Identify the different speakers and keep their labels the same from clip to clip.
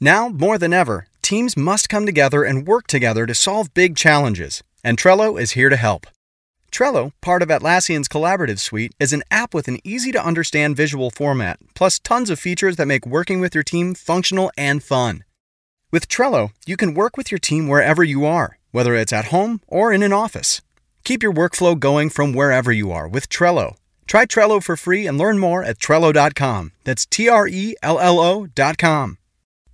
Speaker 1: Now, more than ever, teams must come together and work together to solve big challenges, and Trello is here to help. Trello, part of Atlassian's collaborative suite, is an app with an easy to understand visual format, plus tons of features that make working with your team functional and fun. With Trello, you can work with your team wherever you are, whether it's at home or in an office. Keep your workflow going from wherever you are with Trello. Try Trello for free and learn more at Trello.com. That's T R E L L O.com.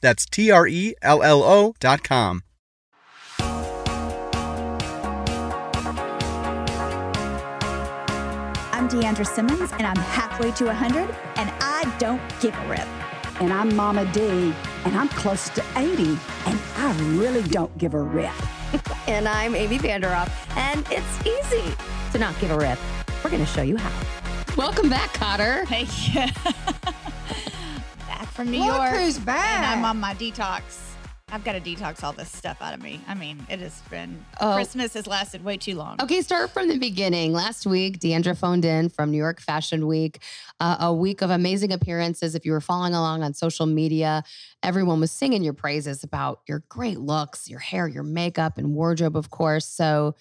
Speaker 1: That's T R E L L O.com.
Speaker 2: I'm Deandra Simmons, and I'm halfway to 100, and I don't give a rip.
Speaker 3: And I'm Mama D, and I'm close to 80, and I really don't give a rip.
Speaker 4: and I'm Amy Vanderoff, and it's easy to not give a rip. We're going to show you how.
Speaker 5: Welcome back, Cotter.
Speaker 6: Hey, yeah. back from New
Speaker 7: Look
Speaker 6: York.
Speaker 7: who's back.
Speaker 6: And I'm on my detox. I've got to detox all this stuff out of me. I mean, it has been
Speaker 5: Oh.
Speaker 6: Christmas has lasted way too long.
Speaker 5: Okay, start from the beginning. Last week, Deandra phoned in from New York Fashion Week, uh, a week of amazing appearances. If you were following along on social media, everyone was singing your praises about your great looks, your hair, your makeup, and wardrobe, of course. So,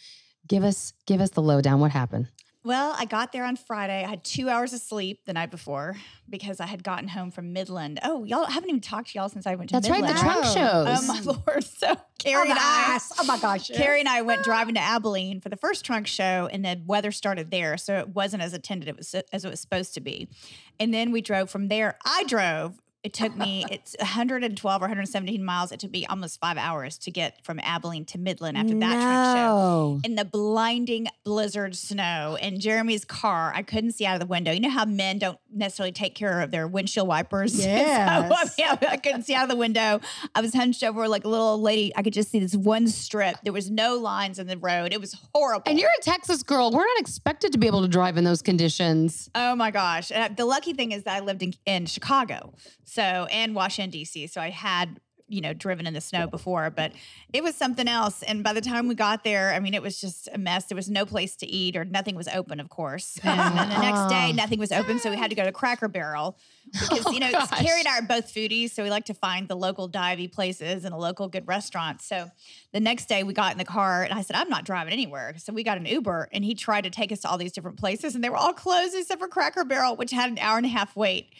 Speaker 5: give us give us the lowdown. What happened?
Speaker 6: Well, I got there on Friday. I had two hours of sleep the night before because I had gotten home from Midland. Oh, y'all I haven't even talked to y'all since I went to
Speaker 5: That's right,
Speaker 6: Midland.
Speaker 5: the trunk
Speaker 7: Oh.
Speaker 5: shows.
Speaker 6: Oh my lord! So Carrie
Speaker 7: on
Speaker 6: and
Speaker 7: the
Speaker 6: I,
Speaker 7: ice. Oh my gosh. yes.
Speaker 6: Carrie and I went driving to Abilene for the first trunk show, and the weather started there, so it wasn't as attended it was, as it was supposed to be. And then we drove from there. I drove. It took me it's 112 or 117 miles. It took me almost five hours to get from Abilene to Midland after that trunk show
Speaker 5: no.
Speaker 6: in the blinding blizzard snow in Jeremy's car. I couldn't see out of the window. You know how men don't necessarily take care of their windshield wipers? So, I,
Speaker 7: Yes.
Speaker 6: mean, I couldn't see out of the window. I was hunched over like a little old lady. I could just see this one strip. There was no lines in the road. It was horrible.
Speaker 5: And you're a Texas girl. We're not expected to be able to drive in those conditions.
Speaker 6: Oh my gosh. And I- the lucky thing is that I lived in, in Chicago, so and Washington D.C. So I had you know driven in the snow before, but it was something else. And by the time we got there, I mean it was just a mess. There was no place to eat, or nothing was open, of course. And then the next day, nothing was open, so we had to go to Cracker Barrel because you know
Speaker 5: gosh.
Speaker 6: Carrie and I are both foodies, so we like to find the local divey places and the local good restaurants. So the next day we got in the car and I said, I'm not driving anywhere. So we got an Uber and he tried to take us to all these different places and they were all closed except for Cracker Barrel, which had an hour and a half wait.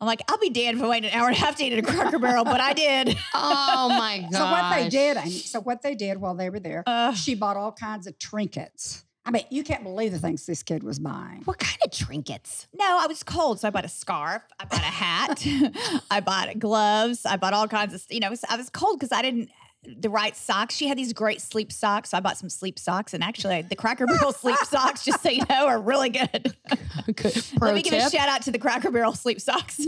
Speaker 6: I'm like, I'll be damned if I wait an hour and a half to eat at a Cracker Barrel, but I did.
Speaker 5: Oh my god.
Speaker 7: So what they did, Amy, so what they did while they were there,
Speaker 6: Ugh.
Speaker 7: she bought all kinds of trinkets. I mean, you can't believe the things this kid was buying.
Speaker 5: What kind of trinkets?
Speaker 6: No, I was cold, so I bought a scarf, I bought a hat, I bought gloves, I bought all kinds of, you know, I was cold because I didn't the right socks. She had these great sleep socks, so I bought some sleep socks, and actually the Cracker Barrel sleep socks, just so you know, are really good.
Speaker 5: Good
Speaker 6: Let me give a
Speaker 5: tip. Mm-hmm.
Speaker 6: shout out to the Cracker Barrel sleep socks.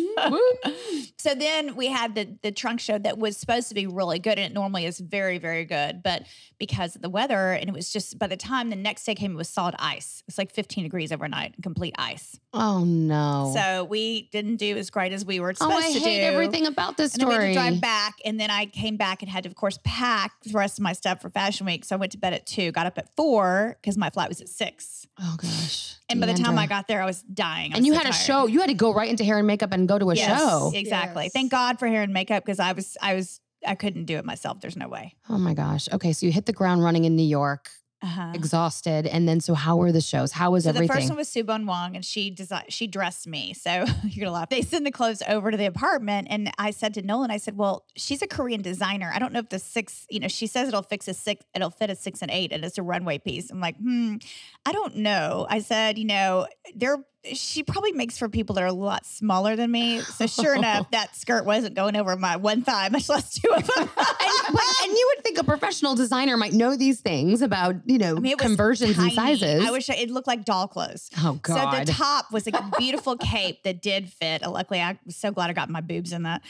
Speaker 6: so then we had the the trunk show that was supposed to be really good, and it normally is very very good, but because of the weather, and it was just by the time the next day came, it was solid ice. It's like 15 degrees overnight, complete ice.
Speaker 5: Oh no.
Speaker 6: So we didn't do as great as we were
Speaker 5: oh,
Speaker 6: supposed
Speaker 5: I
Speaker 6: to
Speaker 5: hate
Speaker 6: do.
Speaker 5: everything about this
Speaker 6: And then we had
Speaker 5: story.
Speaker 6: to drive back, and then I came back and had to, of course, pack the rest of my stuff for Fashion Week. So I went to bed at two, got up at four because my flight was at six.
Speaker 5: Oh gosh.
Speaker 6: And by the time I
Speaker 5: Deandra.
Speaker 6: got there, I was dying. I
Speaker 5: and
Speaker 6: was
Speaker 5: you
Speaker 6: so
Speaker 5: had a
Speaker 6: tired.
Speaker 5: show, you had to go right into hair and makeup and go to a
Speaker 6: Yes,
Speaker 5: show.
Speaker 6: Exactly.
Speaker 7: Yes.
Speaker 6: Thank God for hair and makeup because I was I was I couldn't do it myself. There's no way.
Speaker 5: Oh my gosh. Okay, so you hit the ground running in New York,
Speaker 6: Uh-huh.
Speaker 5: exhausted, and then so how were the shows? How was
Speaker 6: So the
Speaker 5: everything?
Speaker 6: first one was Subon Wong, and she desi- she dressed me. So you're gonna laugh. They send the clothes over to the apartment, and I said to Nolan, I said, "Well, she's a Korean designer. I don't know if the six, you know, she says it'll fix a six, it'll fit a six and eight, and it's a runway piece." I'm like, hmm, I don't know. I said, you know, there. She probably makes for people that are a lot smaller than me. So sure enough, that skirt wasn't going over my one thigh, much less two of them.
Speaker 5: and, but- and you would think a professional designer might know these things about, you know,
Speaker 6: I mean, it was
Speaker 5: conversions and
Speaker 6: tiny.
Speaker 5: sizes.
Speaker 6: I wish I, it looked like doll clothes.
Speaker 5: oh
Speaker 6: So
Speaker 5: God.
Speaker 6: the top was like a beautiful cape that did fit. Uh, Luckily, I was so glad I got my boobs in that.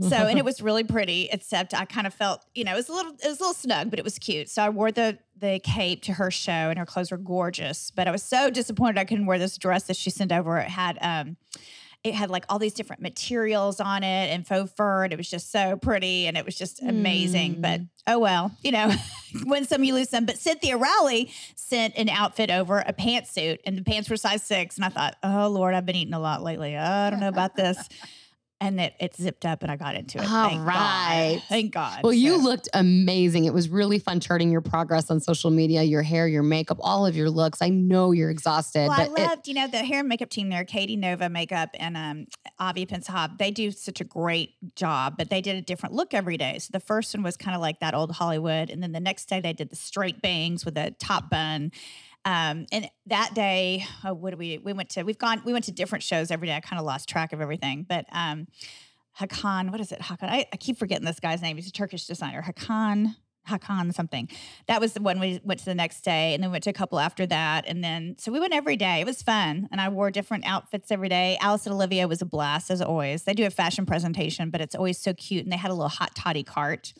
Speaker 6: So and it was really pretty, except I kind of felt, you know, it was a little it was a little snug, but it was cute. So I wore the the cape to her show and her clothes were gorgeous. But I was so disappointed I couldn't wear this dress that she sent over. It had um it had like all these different materials on it and faux fur, and it was just so pretty and it was just amazing.
Speaker 5: Mm.
Speaker 6: But oh well, you know, win some, you lose some. But Cynthia Rowley sent an outfit over a pantsuit, and the pants were size six. And I thought, oh Lord, I've been eating a lot lately. I don't know about this. And it, it zipped up and I got into it.
Speaker 5: All
Speaker 6: Thank
Speaker 5: right.
Speaker 6: God. Thank God.
Speaker 5: Well, you
Speaker 6: So-
Speaker 5: looked amazing. It was really fun charting your progress on social media, your hair, your makeup, all of your looks. I know you're exhausted,
Speaker 6: Well, I
Speaker 5: but it-
Speaker 6: loved, you know, the hair and makeup team there, Katie Nova Makeup and um, Avi Pensahab. They do such a great job, but they did a different look every day. So the first one was kind of like that old Hollywood, and then the next day they did the straight bangs with a top bun. Um, and that day, oh, what do we? We went to we've gone we went to different shows every day. I kind of lost track of everything, but um, Hakan, what is it? Hakan. I, I keep forgetting this guy's name. He's a Turkish designer. Hakan. Hakan something. That was the one we went to the next day, and then went to a couple after that, and then so we went every day. It was fun, and I wore different outfits every day. Alice and Olivia was a blast as always. They do a fashion presentation, but it's always so cute, and they had a little hot toddy cart.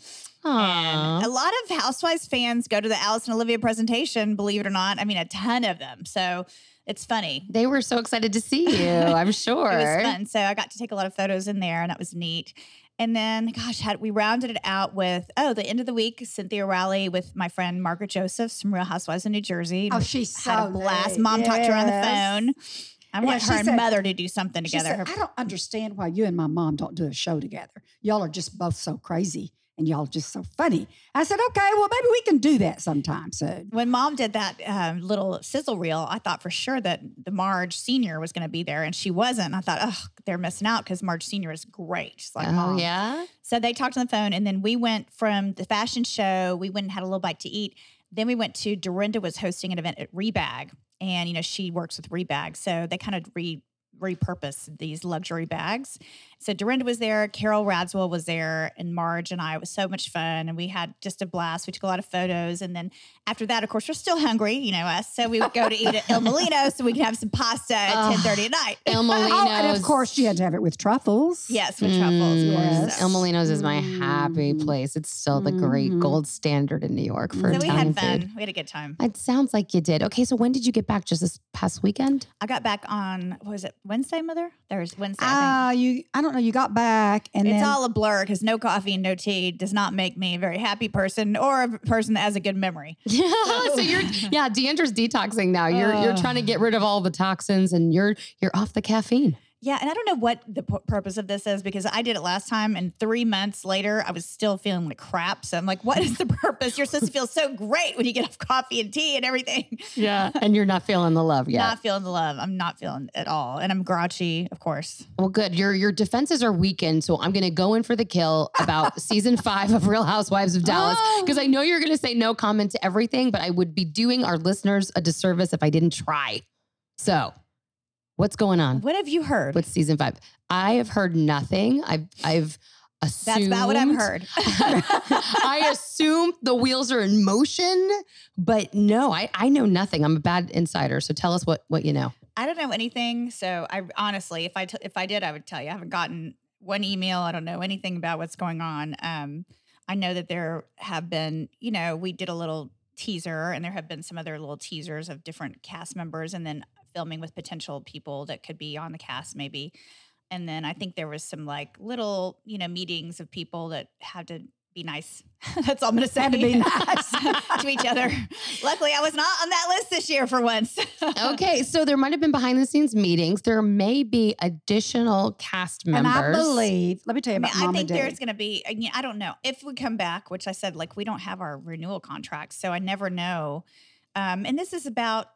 Speaker 5: Aw.
Speaker 6: And a lot of Housewives fans go to the Alice and Olivia presentation, believe it or not. I mean, a ton of them. So it's funny.
Speaker 5: they were so excited to see you. I'm sure.
Speaker 6: It was fun. So I got to take a lot of photos in there, and that was neat. And then, gosh, had we rounded it out with oh, the end of the week, Cynthia Rowley with my friend Margaret Josephs from Real Housewives of New Jersey.
Speaker 7: Oh, she's so
Speaker 6: had a blast.
Speaker 7: neat.
Speaker 6: Mom talked to her on
Speaker 7: Yes.
Speaker 6: the phone. I want
Speaker 7: she
Speaker 6: her and
Speaker 7: said-
Speaker 6: mother to do something
Speaker 7: She
Speaker 6: together.
Speaker 7: said,
Speaker 6: Her-
Speaker 7: I don't understand why you and my mom don't do a show together. Y'all are just both so crazy and y'all just so funny. I said, okay, well, maybe we can do that sometime soon.
Speaker 6: when mom did that um, little sizzle reel, I thought for sure that the Marge Senior was going to be there, and she wasn't. And I thought, oh, they're missing out because Marge Senior is great. She's like,
Speaker 5: Oh
Speaker 6: mom.
Speaker 5: yeah.
Speaker 6: So they talked on the phone, and then we went from the fashion show. We went and had a little bite to eat. Then we went to Dorinda was hosting an event at Rebag, and you know she works with Rebag, so they kind of re repurpose these luxury bags. So Dorinda was there, Carol Radswell was there, and Marge and I. It was so much fun, and we had just a blast. We took a lot of photos, and then after that, of course, we're still hungry, you know us. So we would go to eat at Il Molino, so we could have some pasta at
Speaker 5: Ugh.
Speaker 6: ten thirty at night.
Speaker 5: El Molino's.
Speaker 7: Oh, and of course, you had to have it with truffles.
Speaker 6: yes, with truffles. of course,
Speaker 5: yes.
Speaker 6: so. Mm-hmm.
Speaker 5: El Molino's Mm, is my happy
Speaker 7: Mm.
Speaker 5: place. It's still the great
Speaker 7: Mhm.
Speaker 5: gold standard in New York for
Speaker 6: So we
Speaker 5: Italian
Speaker 6: had fun.
Speaker 5: food.
Speaker 6: We had a good time.
Speaker 5: It sounds like you did. Okay, so when did you get back? Just this past weekend?
Speaker 6: I got back on what was it Wednesday, Mother? There was Wednesday. I think.
Speaker 7: Ah, you. I don't know. You got back, and
Speaker 6: it's
Speaker 7: then
Speaker 6: all a blur because no coffee and no tea does not make me a very happy person or a person that has a good memory.
Speaker 5: Yeah. So you're yeah, Deandra's detoxing now. You're you're
Speaker 6: Ugh.
Speaker 5: trying to get rid of all the toxins and you're you're off the caffeine.
Speaker 6: Yeah, and I don't know what the pu- purpose of this is because I did it last time, and three months later, I was still feeling like crap. So I'm like, what is the purpose? You're supposed to feel so great when you get off coffee and tea and everything.
Speaker 5: Yeah. And you're not feeling the love yet.
Speaker 6: Not feeling the love. I'm not feeling it at all, and I'm grouchy, of course.
Speaker 5: Well, good. Your your defenses are weakened, so I'm going to go in for the kill about season five of Real Housewives of Dallas
Speaker 6: Oh!
Speaker 5: because I know you're going to say no comment to everything, but I would be doing our listeners a disservice if I didn't try. So, what's going on
Speaker 6: What have you heard?
Speaker 5: with season five? I have heard nothing. I've I've assumed.
Speaker 6: That's about what I've heard.
Speaker 5: I assume the wheels are in motion, but no, I, I know nothing. I'm a bad insider. So tell us what what you know.
Speaker 6: I don't know anything. So I honestly, if I t- if I did, I would tell you. I haven't gotten one email. I don't know anything about what's going on. Um, I know that there have been, you know, we did a little teaser, and there have been some other little teasers of different cast members, and then filming with potential people that could be on the cast, maybe. And then I think there was some like little, you know, meetings of people that had to be nice. That's all I'm going to say.
Speaker 7: Had to be nice.
Speaker 6: to each other. Luckily, I was not on that list this year for once.
Speaker 5: Okay, so there might have been behind the scenes meetings. There may be additional cast
Speaker 7: and
Speaker 5: members.
Speaker 7: I believe. Let me tell you
Speaker 6: I,
Speaker 7: about
Speaker 6: mean, I
Speaker 7: Mama
Speaker 6: think
Speaker 7: D.
Speaker 6: there's going to be, I mean, I don't know if we come back, which I said, like, we don't have our renewal contracts. So I never know. Um, and this is about,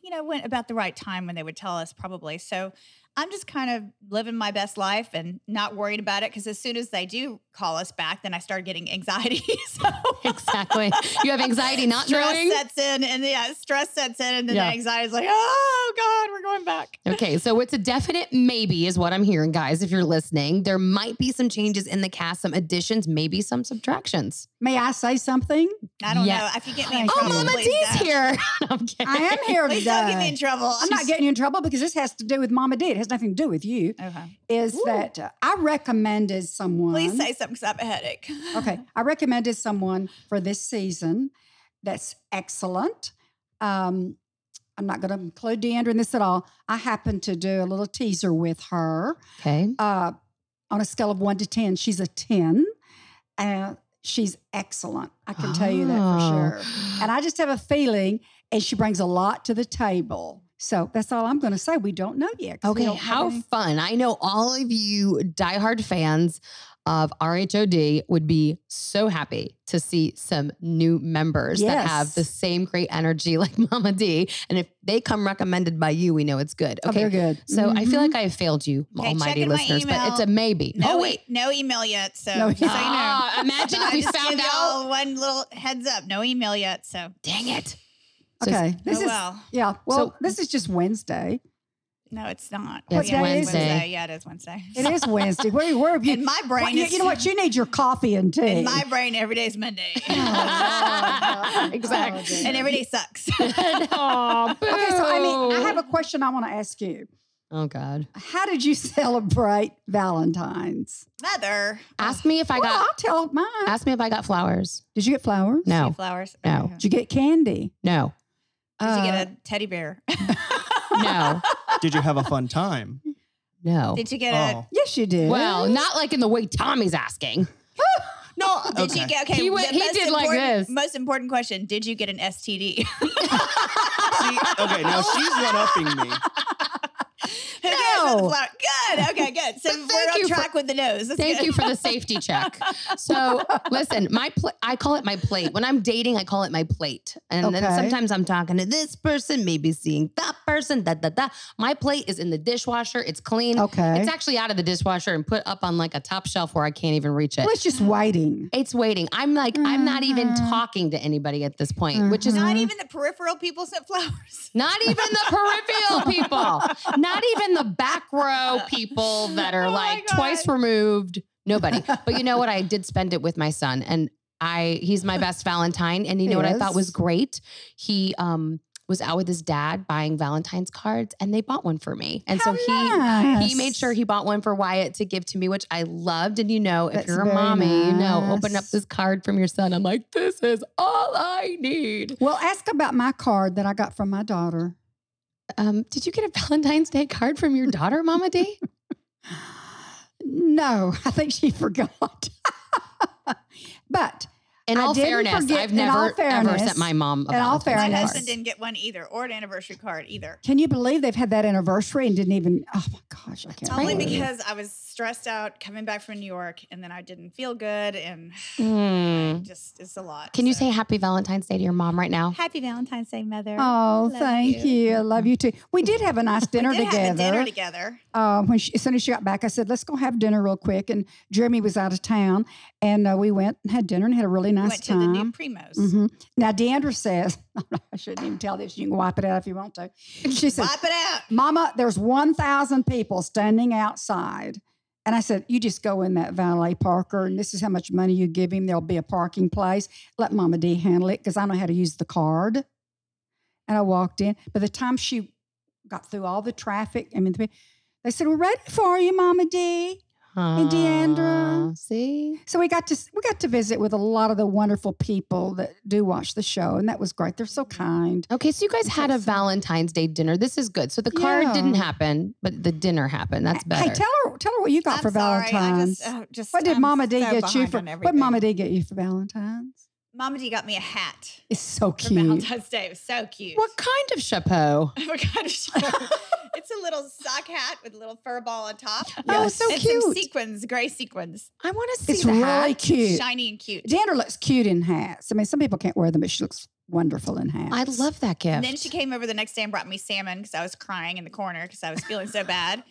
Speaker 6: you know, when about the right time when they would tell us probably. So I'm just kind of living my best life and not worried about it because as soon as they do call us back, then I start getting anxiety. so
Speaker 5: Exactly. You have anxiety not
Speaker 6: stress
Speaker 5: knowing.
Speaker 6: sets in, and yeah, stress sets in, and then
Speaker 5: Yeah.
Speaker 6: the anxiety is like, oh god, we're going back.
Speaker 5: Okay, so it's a definite maybe, is what I'm hearing, guys. If you're listening, there might be some changes in the cast, some additions, maybe some subtractions.
Speaker 7: May I say something?
Speaker 6: I don't
Speaker 5: Yeah.
Speaker 6: know if you get me in
Speaker 7: Oh,
Speaker 5: Oh,
Speaker 6: trouble.
Speaker 5: Mama
Speaker 6: please
Speaker 5: D's
Speaker 6: don't.
Speaker 5: here. I'm kidding.
Speaker 7: I am here
Speaker 6: Please
Speaker 7: today.
Speaker 6: don't get me in trouble.
Speaker 7: I'm not getting you in trouble because this has to do with Mama D. It has nothing to do with you.
Speaker 6: Okay.
Speaker 7: Is that uh, I recommended someone?
Speaker 6: Please say something because I have a headache.
Speaker 7: Okay, I recommended someone for this season that's excellent. Um, I'm not going to include Deandra in this at all. I happened to do a little teaser with her
Speaker 5: Okay.
Speaker 7: uh, on a scale of one to 10. She's a 10. Uh, she's excellent. I can tell you that for
Speaker 5: Oh.
Speaker 7: sure. And I just have a feeling, and she brings a lot to the table. So that's all I'm going to say. We don't know yet. 'cause we
Speaker 5: Okay,
Speaker 7: don't have
Speaker 5: how
Speaker 7: any-
Speaker 5: fun. I know all of you diehard fans of RHOD would be so happy to see some new members that have
Speaker 7: Yes.
Speaker 5: the same great energy like Mama D. And if they come recommended by you, we know it's good.
Speaker 7: Oh,
Speaker 5: Okay.
Speaker 7: they're good.
Speaker 5: so I feel
Speaker 7: Mhm.
Speaker 5: like I have failed you,
Speaker 6: Okay,
Speaker 5: almighty
Speaker 6: checking my
Speaker 5: listeners, but it's a
Speaker 6: email.
Speaker 5: maybe.
Speaker 6: No,
Speaker 5: oh,
Speaker 6: wait,
Speaker 5: wait.
Speaker 6: no email yet. So
Speaker 7: No
Speaker 6: just so you know.
Speaker 5: Ah, imagine if
Speaker 6: I
Speaker 5: we
Speaker 6: just
Speaker 5: found
Speaker 6: give
Speaker 5: out.
Speaker 6: y'all one little heads up. No email yet. So
Speaker 5: Dang it. So it's-
Speaker 7: Okay, this
Speaker 6: oh
Speaker 7: is
Speaker 6: well.
Speaker 7: yeah. Well,
Speaker 5: So-
Speaker 7: this is just Wednesday.
Speaker 6: No, it's not.
Speaker 5: Yeah, it's
Speaker 6: Wait,
Speaker 5: Wednesday.
Speaker 6: Yeah, it is Wednesday.
Speaker 7: It is Wednesday. Where, where have you?
Speaker 6: In my
Speaker 7: Well,
Speaker 6: brain,
Speaker 7: you,
Speaker 6: it's-
Speaker 7: you know what? Oh, You need your coffee and tea.
Speaker 6: in my brain, every day is Monday,
Speaker 7: Oh,
Speaker 5: Exactly.
Speaker 6: and every day sucks.
Speaker 5: oh,
Speaker 7: okay, so I mean, I have a question I want to ask you.
Speaker 5: Oh, God.
Speaker 7: How did you celebrate Valentine's?
Speaker 6: Mother, Oh,
Speaker 7: Ah.
Speaker 5: Ask me if I
Speaker 7: well,
Speaker 5: got.
Speaker 7: I'll tell mine.
Speaker 5: Ask me if I got flowers.
Speaker 7: Did you get flowers?
Speaker 5: No.
Speaker 6: flowers.
Speaker 5: No.
Speaker 6: Okay.
Speaker 7: Did you get candy?
Speaker 5: No.
Speaker 6: Did you
Speaker 7: Uh,
Speaker 6: get a teddy bear?
Speaker 5: No.
Speaker 8: Did you have a fun time?
Speaker 5: No.
Speaker 6: Did you get
Speaker 8: Oh,
Speaker 7: Yes, you did.
Speaker 5: Well, not like in the way Tommy's asking.
Speaker 8: no.
Speaker 6: a?
Speaker 7: Oh,
Speaker 6: Did you
Speaker 8: okay.
Speaker 6: get okay?
Speaker 5: He went-
Speaker 6: the
Speaker 5: he
Speaker 6: most
Speaker 5: did like
Speaker 6: important-
Speaker 5: this.
Speaker 6: Most important question: Did you get an STD?
Speaker 8: See, okay, now she's one upping me.
Speaker 6: Who knows what the flower- Good. Okay. Good. So
Speaker 5: But
Speaker 6: we're
Speaker 5: thank you
Speaker 6: on
Speaker 5: for-
Speaker 6: track with the nose. That's
Speaker 5: Thank
Speaker 6: good.
Speaker 5: you for the safety check. So, listen, my pl- I call it my plate. When I'm dating, I call it my plate. And then
Speaker 7: Okay.
Speaker 5: sometimes I'm talking to this person, maybe seeing that person, da da da. My plate is in the dishwasher. It's clean.
Speaker 7: Okay.
Speaker 5: It's actually out of the dishwasher and put up on like a top shelf where I can't even reach it.
Speaker 7: Well, it's just waiting.
Speaker 5: It's waiting. I'm like, I'm not even talking to anybody at this point, which is
Speaker 7: Mm-hmm.
Speaker 6: Not even the peripheral people sent flowers.
Speaker 5: Not even the peripheral people. Not even the back row people that are
Speaker 6: Oh my
Speaker 5: like
Speaker 6: God.
Speaker 5: twice removed. Nobody. But you know what? I did spend it with my son and I he's my best Valentine. And you know what I thought was
Speaker 7: Yes.
Speaker 5: great? He um was out with his dad buying Valentine's cards and they bought one for me. And so he he made sure he bought one for Wyatt to give to me, which I loved. And you know, if
Speaker 7: That's
Speaker 5: you're a
Speaker 7: very
Speaker 5: mommy, you know, open up
Speaker 7: nice.
Speaker 5: this card from your son. I'm like, this is all I need.
Speaker 7: Well, ask about my card that I got from my daughter.
Speaker 5: Um, did you get a Valentine's Day card from your daughter, Mama D?
Speaker 7: No, I think she forgot. but
Speaker 5: In
Speaker 7: I
Speaker 5: all
Speaker 7: didn't
Speaker 5: fairness,
Speaker 7: forget-
Speaker 5: I've
Speaker 7: in all
Speaker 5: never ever
Speaker 7: fairness-
Speaker 5: sent my mom a
Speaker 7: in all
Speaker 5: Valentine's
Speaker 6: My
Speaker 7: fairness-
Speaker 5: card.
Speaker 6: husband didn't get one either, or an anniversary card either.
Speaker 7: Can you believe they've had that anniversary and didn't even? Oh my gosh, I can't.
Speaker 6: Only
Speaker 7: believe it.
Speaker 6: because I was stressed out coming back from New York, and then I didn't feel good, and
Speaker 7: Mm-hmm.
Speaker 5: Hmm.
Speaker 6: just it's a lot.
Speaker 5: Can you
Speaker 6: so.
Speaker 5: say Happy Valentine's Day to your mom right now?
Speaker 6: Happy Valentine's Day, Mother?
Speaker 7: Oh,
Speaker 6: Love
Speaker 7: thank you. I love you too. We did have a nice dinner
Speaker 6: we did
Speaker 7: together.
Speaker 6: Have a dinner together.
Speaker 7: uh, when she, as soon as she got back, I said, "Let's go have dinner real quick." And Jeremy was out of town, and uh, we went and had dinner and had a really
Speaker 6: We
Speaker 7: nice
Speaker 6: went to
Speaker 7: time.
Speaker 6: the new Primos.
Speaker 7: Mhm. Now Deandra says, "I shouldn't even tell this. You can wipe it out if you want to." She says,
Speaker 6: Wipe it out.
Speaker 7: Mama, there's 1,000 people standing outside. And I said, You just go in that valet parker, and this is how much money you give him. There'll be a parking place. Let Mama D handle it because I know how to use the card. And I walked in. By the time she got through all the traffic, I mean, they said, We're ready for you, Mama D.
Speaker 5: And
Speaker 7: Deandra.
Speaker 5: See?
Speaker 7: So we got to we got to visit with a lot of the wonderful people that do watch the show, and that was great. They're so
Speaker 6: Mm-hmm.
Speaker 7: kind.
Speaker 5: Okay, so you guys had a Valentine's Day dinner. This is good. So the card
Speaker 7: Yeah.
Speaker 5: didn't happen, but the dinner happened. That's better.
Speaker 7: Hey, tell her tell her what you got
Speaker 6: I'm
Speaker 7: for
Speaker 6: sorry. I
Speaker 7: Valentine's.
Speaker 6: just, oh, just
Speaker 7: What did
Speaker 6: I'm
Speaker 7: Mama D
Speaker 6: so
Speaker 7: get you
Speaker 6: behind
Speaker 7: for?
Speaker 6: on
Speaker 7: What
Speaker 6: everything.
Speaker 7: Mama D get you for Valentine's?
Speaker 6: Mama D got me a hat
Speaker 7: It's so
Speaker 6: for
Speaker 7: cute.
Speaker 6: Valentine's Day. It was so cute.
Speaker 5: what kind of chapeau?
Speaker 6: What kind of shirt? it's a little sock hat with a little fur ball on top.
Speaker 7: Oh, it's so
Speaker 6: and some
Speaker 7: cute.
Speaker 6: sequins, gray sequins,
Speaker 5: I want to see
Speaker 7: It's
Speaker 5: the
Speaker 7: really
Speaker 5: hat.
Speaker 7: cute.
Speaker 6: shiny and cute.
Speaker 7: Dander looks cute in hats. I mean, some people can't wear them, but she looks wonderful in hats.
Speaker 5: I love that gift.
Speaker 6: And then she came over the next day and brought me salmon because I was crying in the corner because I was feeling so bad.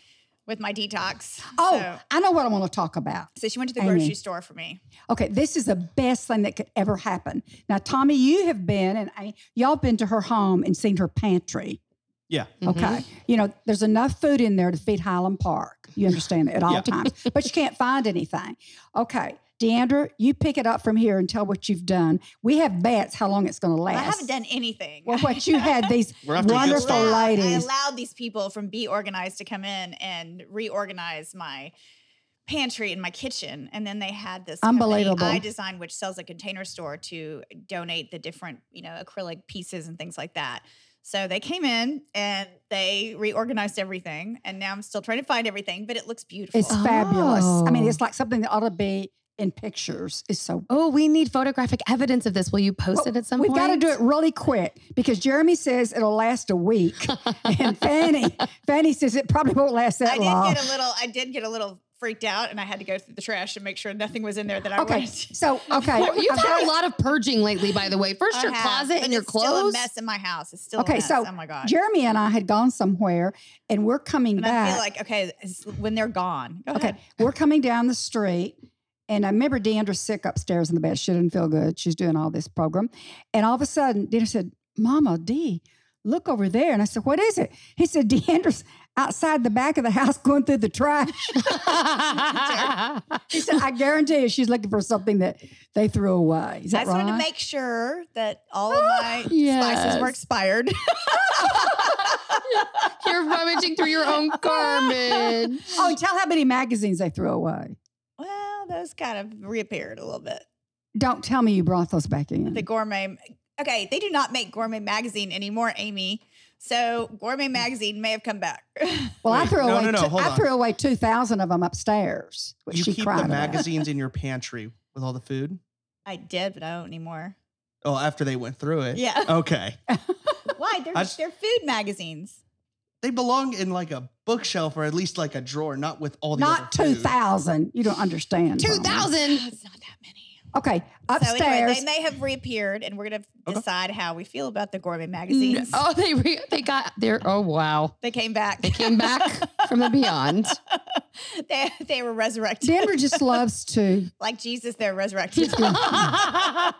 Speaker 6: with my detox.
Speaker 7: Oh,
Speaker 6: so,
Speaker 7: I know what I want to talk about.
Speaker 6: so she went to the
Speaker 7: Amy.
Speaker 6: grocery store for me.
Speaker 7: Okay, this is the best thing that could ever happen. Now, Tommy, you have been and I, y'all been to her home and seen her pantry.
Speaker 8: Yeah.
Speaker 6: Mm-hmm.
Speaker 7: Okay. You know, there's enough food in there to feed Highland Park. You understand that at all
Speaker 8: Yeah.
Speaker 7: times, but you can't find anything. Okay. Deandra, you pick it up from here and tell what you've done. We have bets how long it's going to
Speaker 6: I
Speaker 7: last.
Speaker 6: haven't done anything.
Speaker 7: Well, what you had these
Speaker 8: We're off to a good
Speaker 7: wonderful
Speaker 8: start.
Speaker 6: allowed-
Speaker 7: ladies.
Speaker 6: I allowed these people from Be Organized to come in and reorganize my pantry and my kitchen. And then they had this company,
Speaker 7: Unbelievable.
Speaker 6: I Design, which sells a container store to donate the different, you know, acrylic pieces and things like that. So they came in and they reorganized everything. And now I'm still trying to find everything, but it looks beautiful.
Speaker 7: It's fabulous. I mean,
Speaker 5: Oh.
Speaker 7: it's like something that ought to be in pictures. It's so
Speaker 5: Oh, we need photographic evidence of this. Will you post it at some
Speaker 7: We've
Speaker 5: point?
Speaker 7: got to do it really quick because Jeremy says it'll last a week, and Fanny, Fanny says it probably won't last that
Speaker 6: I
Speaker 7: long.
Speaker 6: did get a little, I did get a little freaked out and I had to go through the trash and make sure nothing was in there that I
Speaker 7: okay,
Speaker 6: wanted.
Speaker 7: so okay,
Speaker 5: You've
Speaker 7: I've
Speaker 5: had
Speaker 7: got-
Speaker 5: a lot of purging lately, by the way. First
Speaker 6: I
Speaker 5: your
Speaker 6: have,
Speaker 5: closet
Speaker 6: but
Speaker 5: and your
Speaker 6: it's Still a
Speaker 5: clothes.
Speaker 6: mess in my house. It's still
Speaker 7: Okay,
Speaker 6: A mess.
Speaker 7: so
Speaker 6: oh my god.
Speaker 7: Jeremy and I had gone somewhere, and we're coming
Speaker 6: And
Speaker 7: back.
Speaker 6: I feel like okay, it's when they're gone. Go
Speaker 7: okay,
Speaker 6: ahead.
Speaker 7: we're coming down the street. And I remember Deandra's sick upstairs in the bed. She didn't feel good. She's doing all this program. And all of a sudden, Deandra said, Mama, D, look over there. And I said, What is it? He said, Deandra's outside the back of the house going through the trash. He said, I guarantee you she's looking for something that they threw away. Is
Speaker 6: I
Speaker 7: that
Speaker 6: just
Speaker 7: right?
Speaker 6: wanted to make sure that all of my spices were
Speaker 5: Yes.
Speaker 6: expired.
Speaker 5: You're rummaging through your own garbage.
Speaker 7: oh, and tell how many magazines they threw away.
Speaker 6: well, those kind of reappeared a little bit.
Speaker 7: Don't tell me you brought those back in.
Speaker 6: The gourmet. Okay, they do not make gourmet magazine anymore, Amy. So gourmet magazine may have come back.
Speaker 7: well, I
Speaker 8: Wait,
Speaker 7: threw
Speaker 8: no,
Speaker 7: away
Speaker 8: no, no,
Speaker 7: two-
Speaker 8: hold
Speaker 7: I
Speaker 8: on.
Speaker 7: threw away 2,000 of them upstairs. Which
Speaker 8: You
Speaker 7: she
Speaker 8: keep
Speaker 7: cried
Speaker 8: the
Speaker 7: about.
Speaker 8: magazines in your pantry with all the food?
Speaker 6: I did, but I don't anymore.
Speaker 8: Oh, after they went through it?
Speaker 6: Yeah.
Speaker 8: Okay.
Speaker 6: Why? They're
Speaker 8: I just-
Speaker 6: they're food magazines.
Speaker 8: They belong in like a bookshelf or at least like a drawer, not with all the
Speaker 7: Not
Speaker 8: other food.
Speaker 7: 2,000. You don't understand. Brahma.
Speaker 5: 2000.
Speaker 6: It's not that many.
Speaker 7: Okay,
Speaker 6: So anyway,
Speaker 7: upstairs.
Speaker 6: they may have reappeared, and we're gonna
Speaker 8: Okay.
Speaker 6: decide how we feel about the gourmet magazines.
Speaker 5: Oh, they re- they got their oh wow.
Speaker 6: They came back.
Speaker 5: They came back from the beyond.
Speaker 6: they, they were resurrected.
Speaker 7: Denver just loves to.
Speaker 6: like Jesus, they're resurrected.
Speaker 5: I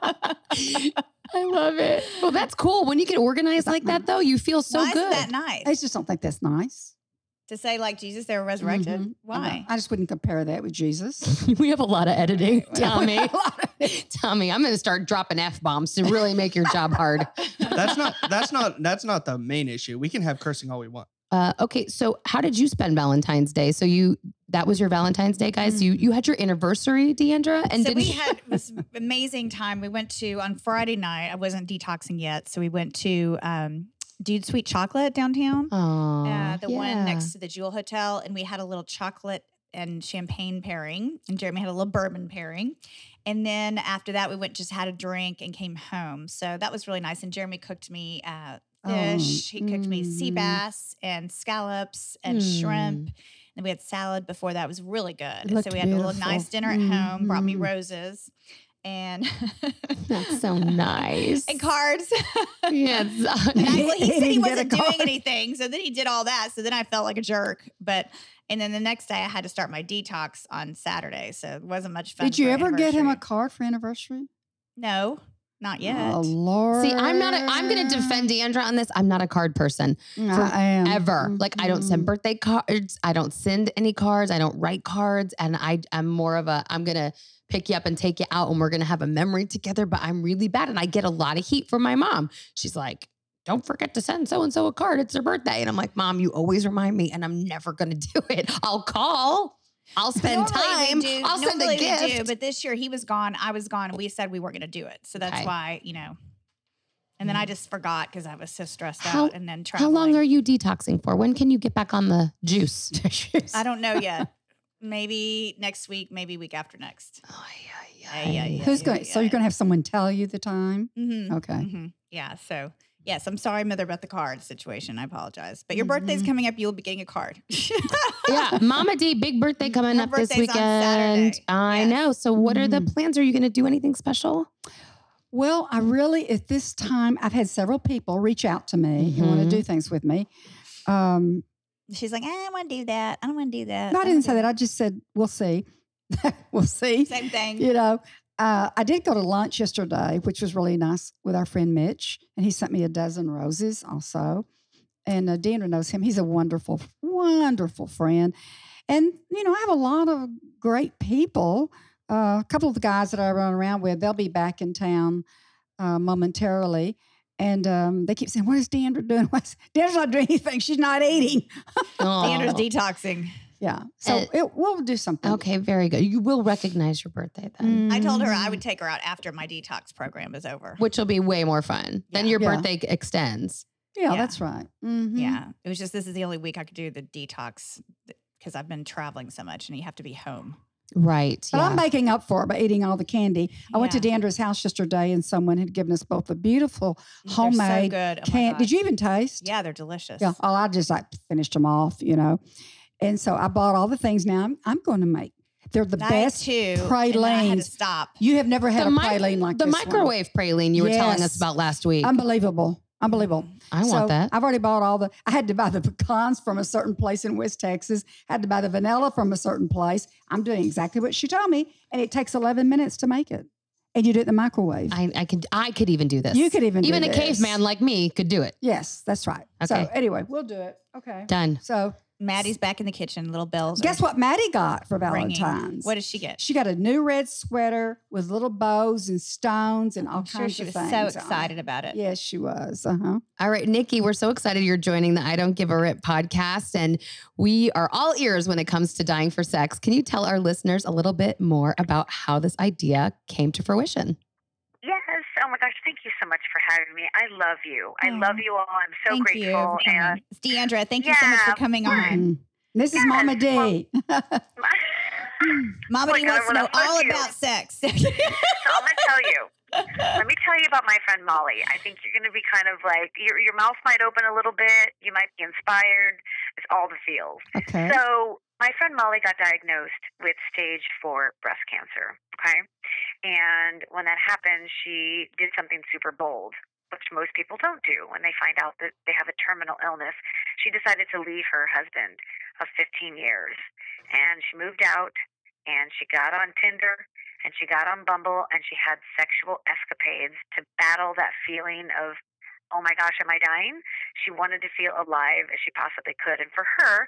Speaker 5: love it. Well, that's cool. When you get organized like that, though, you feel so
Speaker 6: Why is
Speaker 5: good.
Speaker 6: that nice?
Speaker 7: I just don't think that's nice.
Speaker 6: to say like Jesus, they were resurrected.
Speaker 5: Mm-hmm.
Speaker 7: Mhm.
Speaker 6: Why?
Speaker 5: Uh-huh.
Speaker 7: I just wouldn't compare that with Jesus.
Speaker 5: we have a lot of editing, Tommy.
Speaker 7: A lot of-
Speaker 5: Tommy, I'm going to start dropping f bombs to really make your job hard.
Speaker 8: That's not that's not that's not the main issue. We can have cursing all we want.
Speaker 5: Uh, okay, so how did you spend Valentine's Day? So you that was your Valentine's Day, guys. You you had your anniversary, Deandra, and
Speaker 6: Mm-hmm. so
Speaker 5: didn't
Speaker 6: we had this amazing time. We went to on Friday night. I wasn't detoxing yet, so we went to um, Dude Sweet Chocolate downtown,
Speaker 5: Aw,
Speaker 6: uh, the
Speaker 5: yeah.
Speaker 6: one next to the Jewel Hotel, and we had a little chocolate and champagne pairing, and Jeremy had a little bourbon pairing. And then after that, we went just had a drink and came home. So that was really nice. And Jeremy cooked me uh,
Speaker 7: Oh,
Speaker 6: fish. he cooked me sea
Speaker 7: Mm-hmm.
Speaker 5: mm.
Speaker 6: bass and scallops and shrimp.
Speaker 7: Mm.
Speaker 6: And we had salad before that. It was really good. So
Speaker 5: looked
Speaker 6: we had a little nice
Speaker 5: beautiful.
Speaker 6: dinner at home. Brought me
Speaker 7: Mm-hmm.
Speaker 5: Mhm.
Speaker 6: roses and
Speaker 5: That's so nice.
Speaker 6: and cards.
Speaker 5: Yes.
Speaker 6: And I,
Speaker 7: He-
Speaker 6: well, he,
Speaker 7: he
Speaker 6: said he
Speaker 7: didn't get a
Speaker 6: wasn't doing
Speaker 7: card.
Speaker 6: anything, so then he did all that. So then I felt like a jerk. But and then the next day I had to start my detox on Saturday, so it wasn't much fun.
Speaker 7: Did you
Speaker 6: for
Speaker 7: ever get him a
Speaker 6: anniversary.
Speaker 7: card for anniversary?
Speaker 6: No, not yet.
Speaker 7: Oh Lord!
Speaker 5: See, I'm not. A, I'm going to defend Deandra on this. I'm not a card person
Speaker 7: Mm, I am.
Speaker 5: ever.
Speaker 6: Mm-hmm.
Speaker 5: Like, I don't send
Speaker 7: Mhm.
Speaker 5: birthday cards. I don't send any cards. I don't write cards. And I, I'm more of a. I'm going to pick you up and take you out, and we're going to have a memory together. But I'm really bad, and I get a lot of heat from my mom. She's like. Don't forget to send so and so a card. It's their birthday. And I'm like, Mom, you always remind me, and I'm never going to do it. I'll call. I'll spend
Speaker 6: Normally we
Speaker 5: time.
Speaker 6: do-
Speaker 5: I'll send
Speaker 6: normally we
Speaker 5: a gift.
Speaker 6: do, but this year he was gone. I was gone. We said we weren't going to do it, so that's
Speaker 5: Okay.
Speaker 6: why you know. And then I just forgot because I was so stressed
Speaker 5: How-
Speaker 6: out. And then
Speaker 5: How
Speaker 6: traveling.
Speaker 5: long are you detoxing for? When can you get back on the juice?
Speaker 6: I don't know yet. maybe next week. Maybe week after next. Ay, ay, ay.
Speaker 7: Mm-hmm. Who's going? to So you're going to have someone tell you the time?
Speaker 6: hmm
Speaker 7: Okay.
Speaker 6: hmm Yeah. So yes, I'm sorry, mother, about the card situation. I apologize. But your
Speaker 5: Mm-hmm.
Speaker 6: birthday's coming up. You'll be getting a card.
Speaker 5: yeah, Mama D, big birthday coming
Speaker 6: Her
Speaker 5: up this
Speaker 6: birthday's on
Speaker 5: weekend.
Speaker 6: Saturday.
Speaker 5: I
Speaker 6: Yes. Mm-hmm.
Speaker 5: know. So, what are the
Speaker 7: Mhm.
Speaker 5: plans? Are you going to do anything special?
Speaker 7: Well, I really at this time I've had several people reach out to me and want to
Speaker 5: Mhm.
Speaker 7: do things with me. Um,
Speaker 6: She's like, I don't want to do that. I don't want to do that.
Speaker 7: No, I
Speaker 6: don't
Speaker 7: didn't
Speaker 6: wanna
Speaker 7: say
Speaker 6: do
Speaker 7: that. I just said, we'll see. we'll see.
Speaker 6: Same thing.
Speaker 7: You know, uh, I did go to lunch yesterday, which was really nice with our friend Mitch, and he sent me a dozen roses also. And uh, Deandra knows him. He's a wonderful, wonderful friend. And, you know, I have a lot of great people. Uh, a couple of the guys that I run around with, they'll be back in town uh, momentarily. And um, they keep saying, What is Deandra doing? What's Deandra's not doing anything. She's not eating.
Speaker 6: Leander's
Speaker 5: Aw.
Speaker 6: detoxing.
Speaker 7: Yeah. So
Speaker 5: Uh,
Speaker 7: it, we'll do something. Mm-hmm.
Speaker 5: Okay, very good. You will recognize your birthday then,
Speaker 6: I told her I
Speaker 5: Mm-hmm.
Speaker 6: would take her out after my detox program is over.
Speaker 5: which will be way more fun.
Speaker 6: Mm. Yeah.
Speaker 5: Then your
Speaker 7: Yeah.
Speaker 5: birthday extends.
Speaker 7: Yeah,
Speaker 6: Yeah.
Speaker 7: that's right. Mhm.
Speaker 6: Yeah. It was just this is the only week I could do the detox because I've been traveling so much and you have to be home.
Speaker 5: Right.
Speaker 7: But I'm making up for it by eating all the candy. I went to Dandra's house yesterday and someone had given us both a beautiful
Speaker 5: Oh
Speaker 6: They're
Speaker 7: homemade
Speaker 6: So good. Oh my
Speaker 7: candy. Did
Speaker 6: gosh.
Speaker 7: you even taste?
Speaker 6: Yeah, they're delicious.
Speaker 7: Yeah. Oh, I just like finished them off, you know. And so I bought all the things now I'm, I'm going to make. They're the
Speaker 6: And I had
Speaker 7: best.
Speaker 6: two,
Speaker 7: pralines.
Speaker 6: and I had to stop.
Speaker 7: You have never had
Speaker 5: the
Speaker 7: a
Speaker 5: mi-
Speaker 7: praline like
Speaker 5: the
Speaker 7: this one.
Speaker 5: microwave praline you were telling
Speaker 7: Yes.
Speaker 5: us about last week.
Speaker 7: Unbelievable. Unbelievable.
Speaker 5: I want
Speaker 7: so
Speaker 5: that.
Speaker 7: I've already bought all the. I had to buy the pecans from a certain place in West Texas. had to buy the vanilla from a certain place. I'm doing exactly what she told me, and it takes 11 minutes to make it. And you do it in the microwave.
Speaker 5: I, I could I could even do this.
Speaker 7: You could even do
Speaker 5: even a
Speaker 7: this.
Speaker 5: caveman like me could do it.
Speaker 7: yes, that's right.
Speaker 5: Okay.
Speaker 7: So anyway, we'll do it. Okay.
Speaker 5: Done.
Speaker 7: So
Speaker 6: Maddie's back in the kitchen. Little bells.
Speaker 7: guess what Maddie got for
Speaker 6: Ringing.
Speaker 7: Valentine's?
Speaker 6: What did she get?
Speaker 7: she got a new red sweater with little bows and stones and all
Speaker 6: I'm sure
Speaker 7: kinds
Speaker 6: she
Speaker 7: of
Speaker 6: was
Speaker 7: things.
Speaker 6: so
Speaker 7: on it.
Speaker 6: excited about it.
Speaker 7: Yes, she was. Uh huh.
Speaker 5: All right, Nikki, we're so excited you're joining the I Don't Give a Rip podcast, and we are all ears when it comes to dying for sex. Can you tell our listeners a little bit more about how this idea came to fruition?
Speaker 9: Yes. Oh my gosh. Thank you so much for having me. I love you. I
Speaker 6: Oh,
Speaker 9: love you all. I'm so
Speaker 6: thank you
Speaker 9: grateful.
Speaker 6: for coming.
Speaker 9: and
Speaker 6: It's Deandra, thank you so much for
Speaker 9: Yeah, Mm-hmm.
Speaker 6: coming
Speaker 9: of
Speaker 6: on.
Speaker 7: Mm-hmm. This is Mama D.
Speaker 6: Mama
Speaker 9: Oh my
Speaker 6: D
Speaker 9: God,
Speaker 6: wants to
Speaker 9: well,
Speaker 6: know
Speaker 9: I love
Speaker 6: all
Speaker 9: you.
Speaker 6: about sex.
Speaker 9: so I'm gonna tell you. Let me tell you about my friend Molly. I think you're gonna be kind of like your your mouth might open a little bit. You might be inspired. It's all the feels.
Speaker 7: Okay.
Speaker 9: So my friend Molly got diagnosed with stage four breast cancer. Okay. And when that happened, she did something super bold, which most people don't do when they find out that they have a terminal illness. She decided to leave her husband of 15 years and she moved out and she got on Tinder and she got on Bumble and she had sexual escapades to battle that feeling of, oh my gosh, am I dying? She wanted to feel alive as she possibly could. And for her,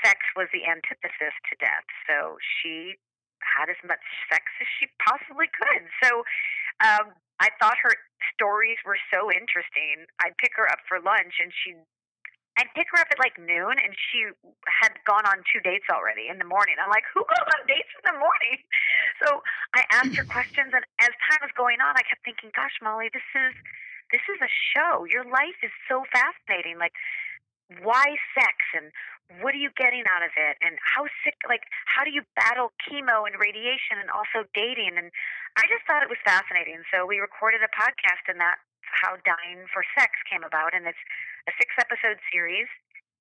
Speaker 9: sex was the antithesis to death. So she had as much sex as she possibly could. So um, I thought her stories were so interesting. I'd pick her up for lunch and she'd I'd pick her up at like noon and she had gone on two dates already in the morning. I'm like, who goes on dates in the morning? So I asked her questions and as time was going on, I kept thinking, gosh, Molly, this is this is a show. Your life is so fascinating. Like why sex and what are you getting out of it and how sick like how do you battle chemo and radiation and also dating and i just thought it was fascinating so we recorded a podcast and that's how dying for sex came about and it's a six episode series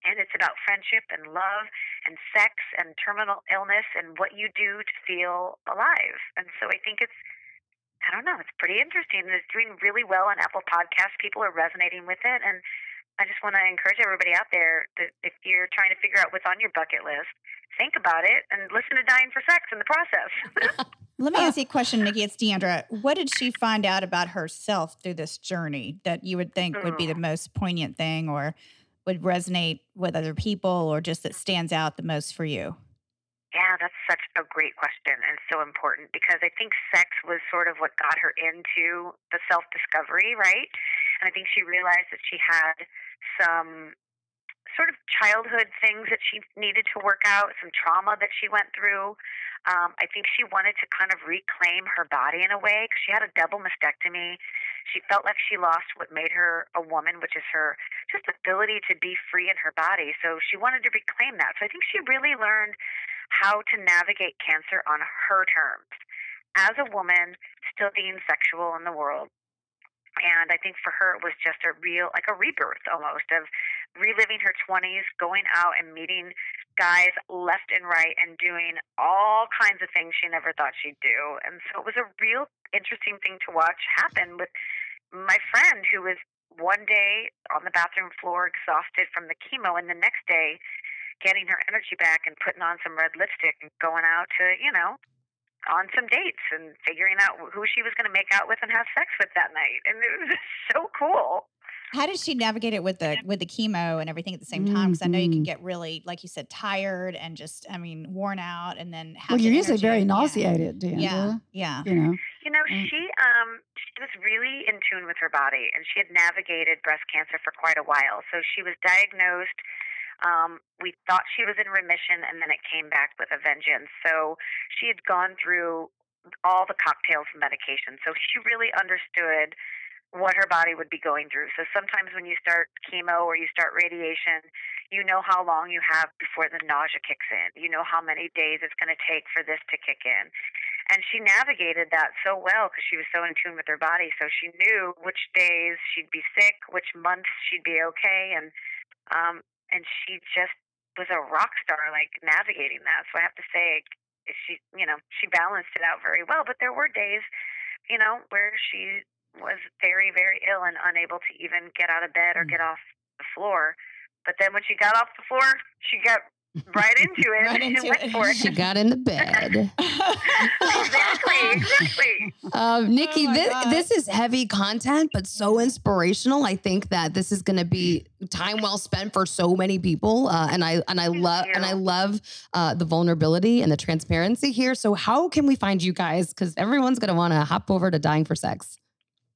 Speaker 9: and it's about friendship and love and sex and terminal illness and what you do to feel alive and so i think it's i don't know it's pretty interesting and it's doing really well on apple podcasts people are resonating with it and I just want to encourage everybody out there that if you're trying to figure out what's on your bucket list, think about it and listen to Dying for Sex in the process.
Speaker 6: Let me ask you a question, Nikki. It's Deandra. What did she find out about herself through this journey that you would think would be the most poignant thing or would resonate with other people or just that stands out the most for you?
Speaker 9: yeah, that's such a great question and so important because I think sex was sort of what got her into the self discovery, right? And I think she realized that she had some sort of childhood things that she needed to work out, some trauma that she went through. Um, I think she wanted to kind of reclaim her body in a way because she had a double mastectomy. She felt like she lost what made her a woman, which is her just ability to be free in her body. So she wanted to reclaim that. So I think she really learned how to navigate cancer on her terms as a woman, still being sexual in the world and I think for her it was just a real like a rebirth almost of reliving her 20s, going out and meeting guys left and right and doing all kinds of things she never thought she'd do. And so it was a real interesting thing to watch happen with my friend who was one day on the bathroom floor exhausted from the chemo and the next day getting her energy back and putting on some red lipstick and going out to, you know, on some dates and figuring out who she was going to make out with and have sex with that night. And it was just so cool.
Speaker 6: How did she navigate it with the with the chemo and everything at the same time? Because I know you can
Speaker 7: Mhm.
Speaker 6: get really, like you said, tired and just, I mean, worn out, and then have
Speaker 7: Well,
Speaker 6: the
Speaker 7: you're usually
Speaker 6: energy.
Speaker 7: very
Speaker 6: Yeah.
Speaker 7: nauseated, Deandra.
Speaker 6: Yeah, yeah.
Speaker 7: You know,
Speaker 9: You know,
Speaker 7: Mm.
Speaker 9: she um she was really in tune with her body and she had navigated breast cancer for quite a while. So she was diagnosed um we thought she was in remission and then it came back with a vengeance. So she had gone through all the cocktails of medication. So she really understood what her body would be going through. So sometimes when you start chemo or you start radiation, you know how long you have before the nausea kicks in. You know how many days it's going to take for this to kick in and she navigated that so well because she was so in tune with her body so she knew which days she'd be sick which months she'd be okay and um and she just was a rock star like navigating that so i have to say she you know she balanced it out very well but there were days you know where she was very very ill and unable to even get out of bed or
Speaker 5: Mm.
Speaker 9: get off the floor but then when she got off the floor she got right into it
Speaker 6: Right
Speaker 9: and
Speaker 6: into
Speaker 9: went
Speaker 6: it.
Speaker 9: for it
Speaker 5: She got into bed.
Speaker 9: exactly exactly
Speaker 5: Um, Nikki,
Speaker 6: my
Speaker 5: this,
Speaker 6: God.
Speaker 5: this is heavy content, but so inspirational. I think that this is going to be time well spent for so many people, uh, and I and I love
Speaker 9: you.
Speaker 5: and I love uh, the vulnerability and the transparency here. So, how can we find you guys? Because everyone's going to want to hop over to Dying for Sex.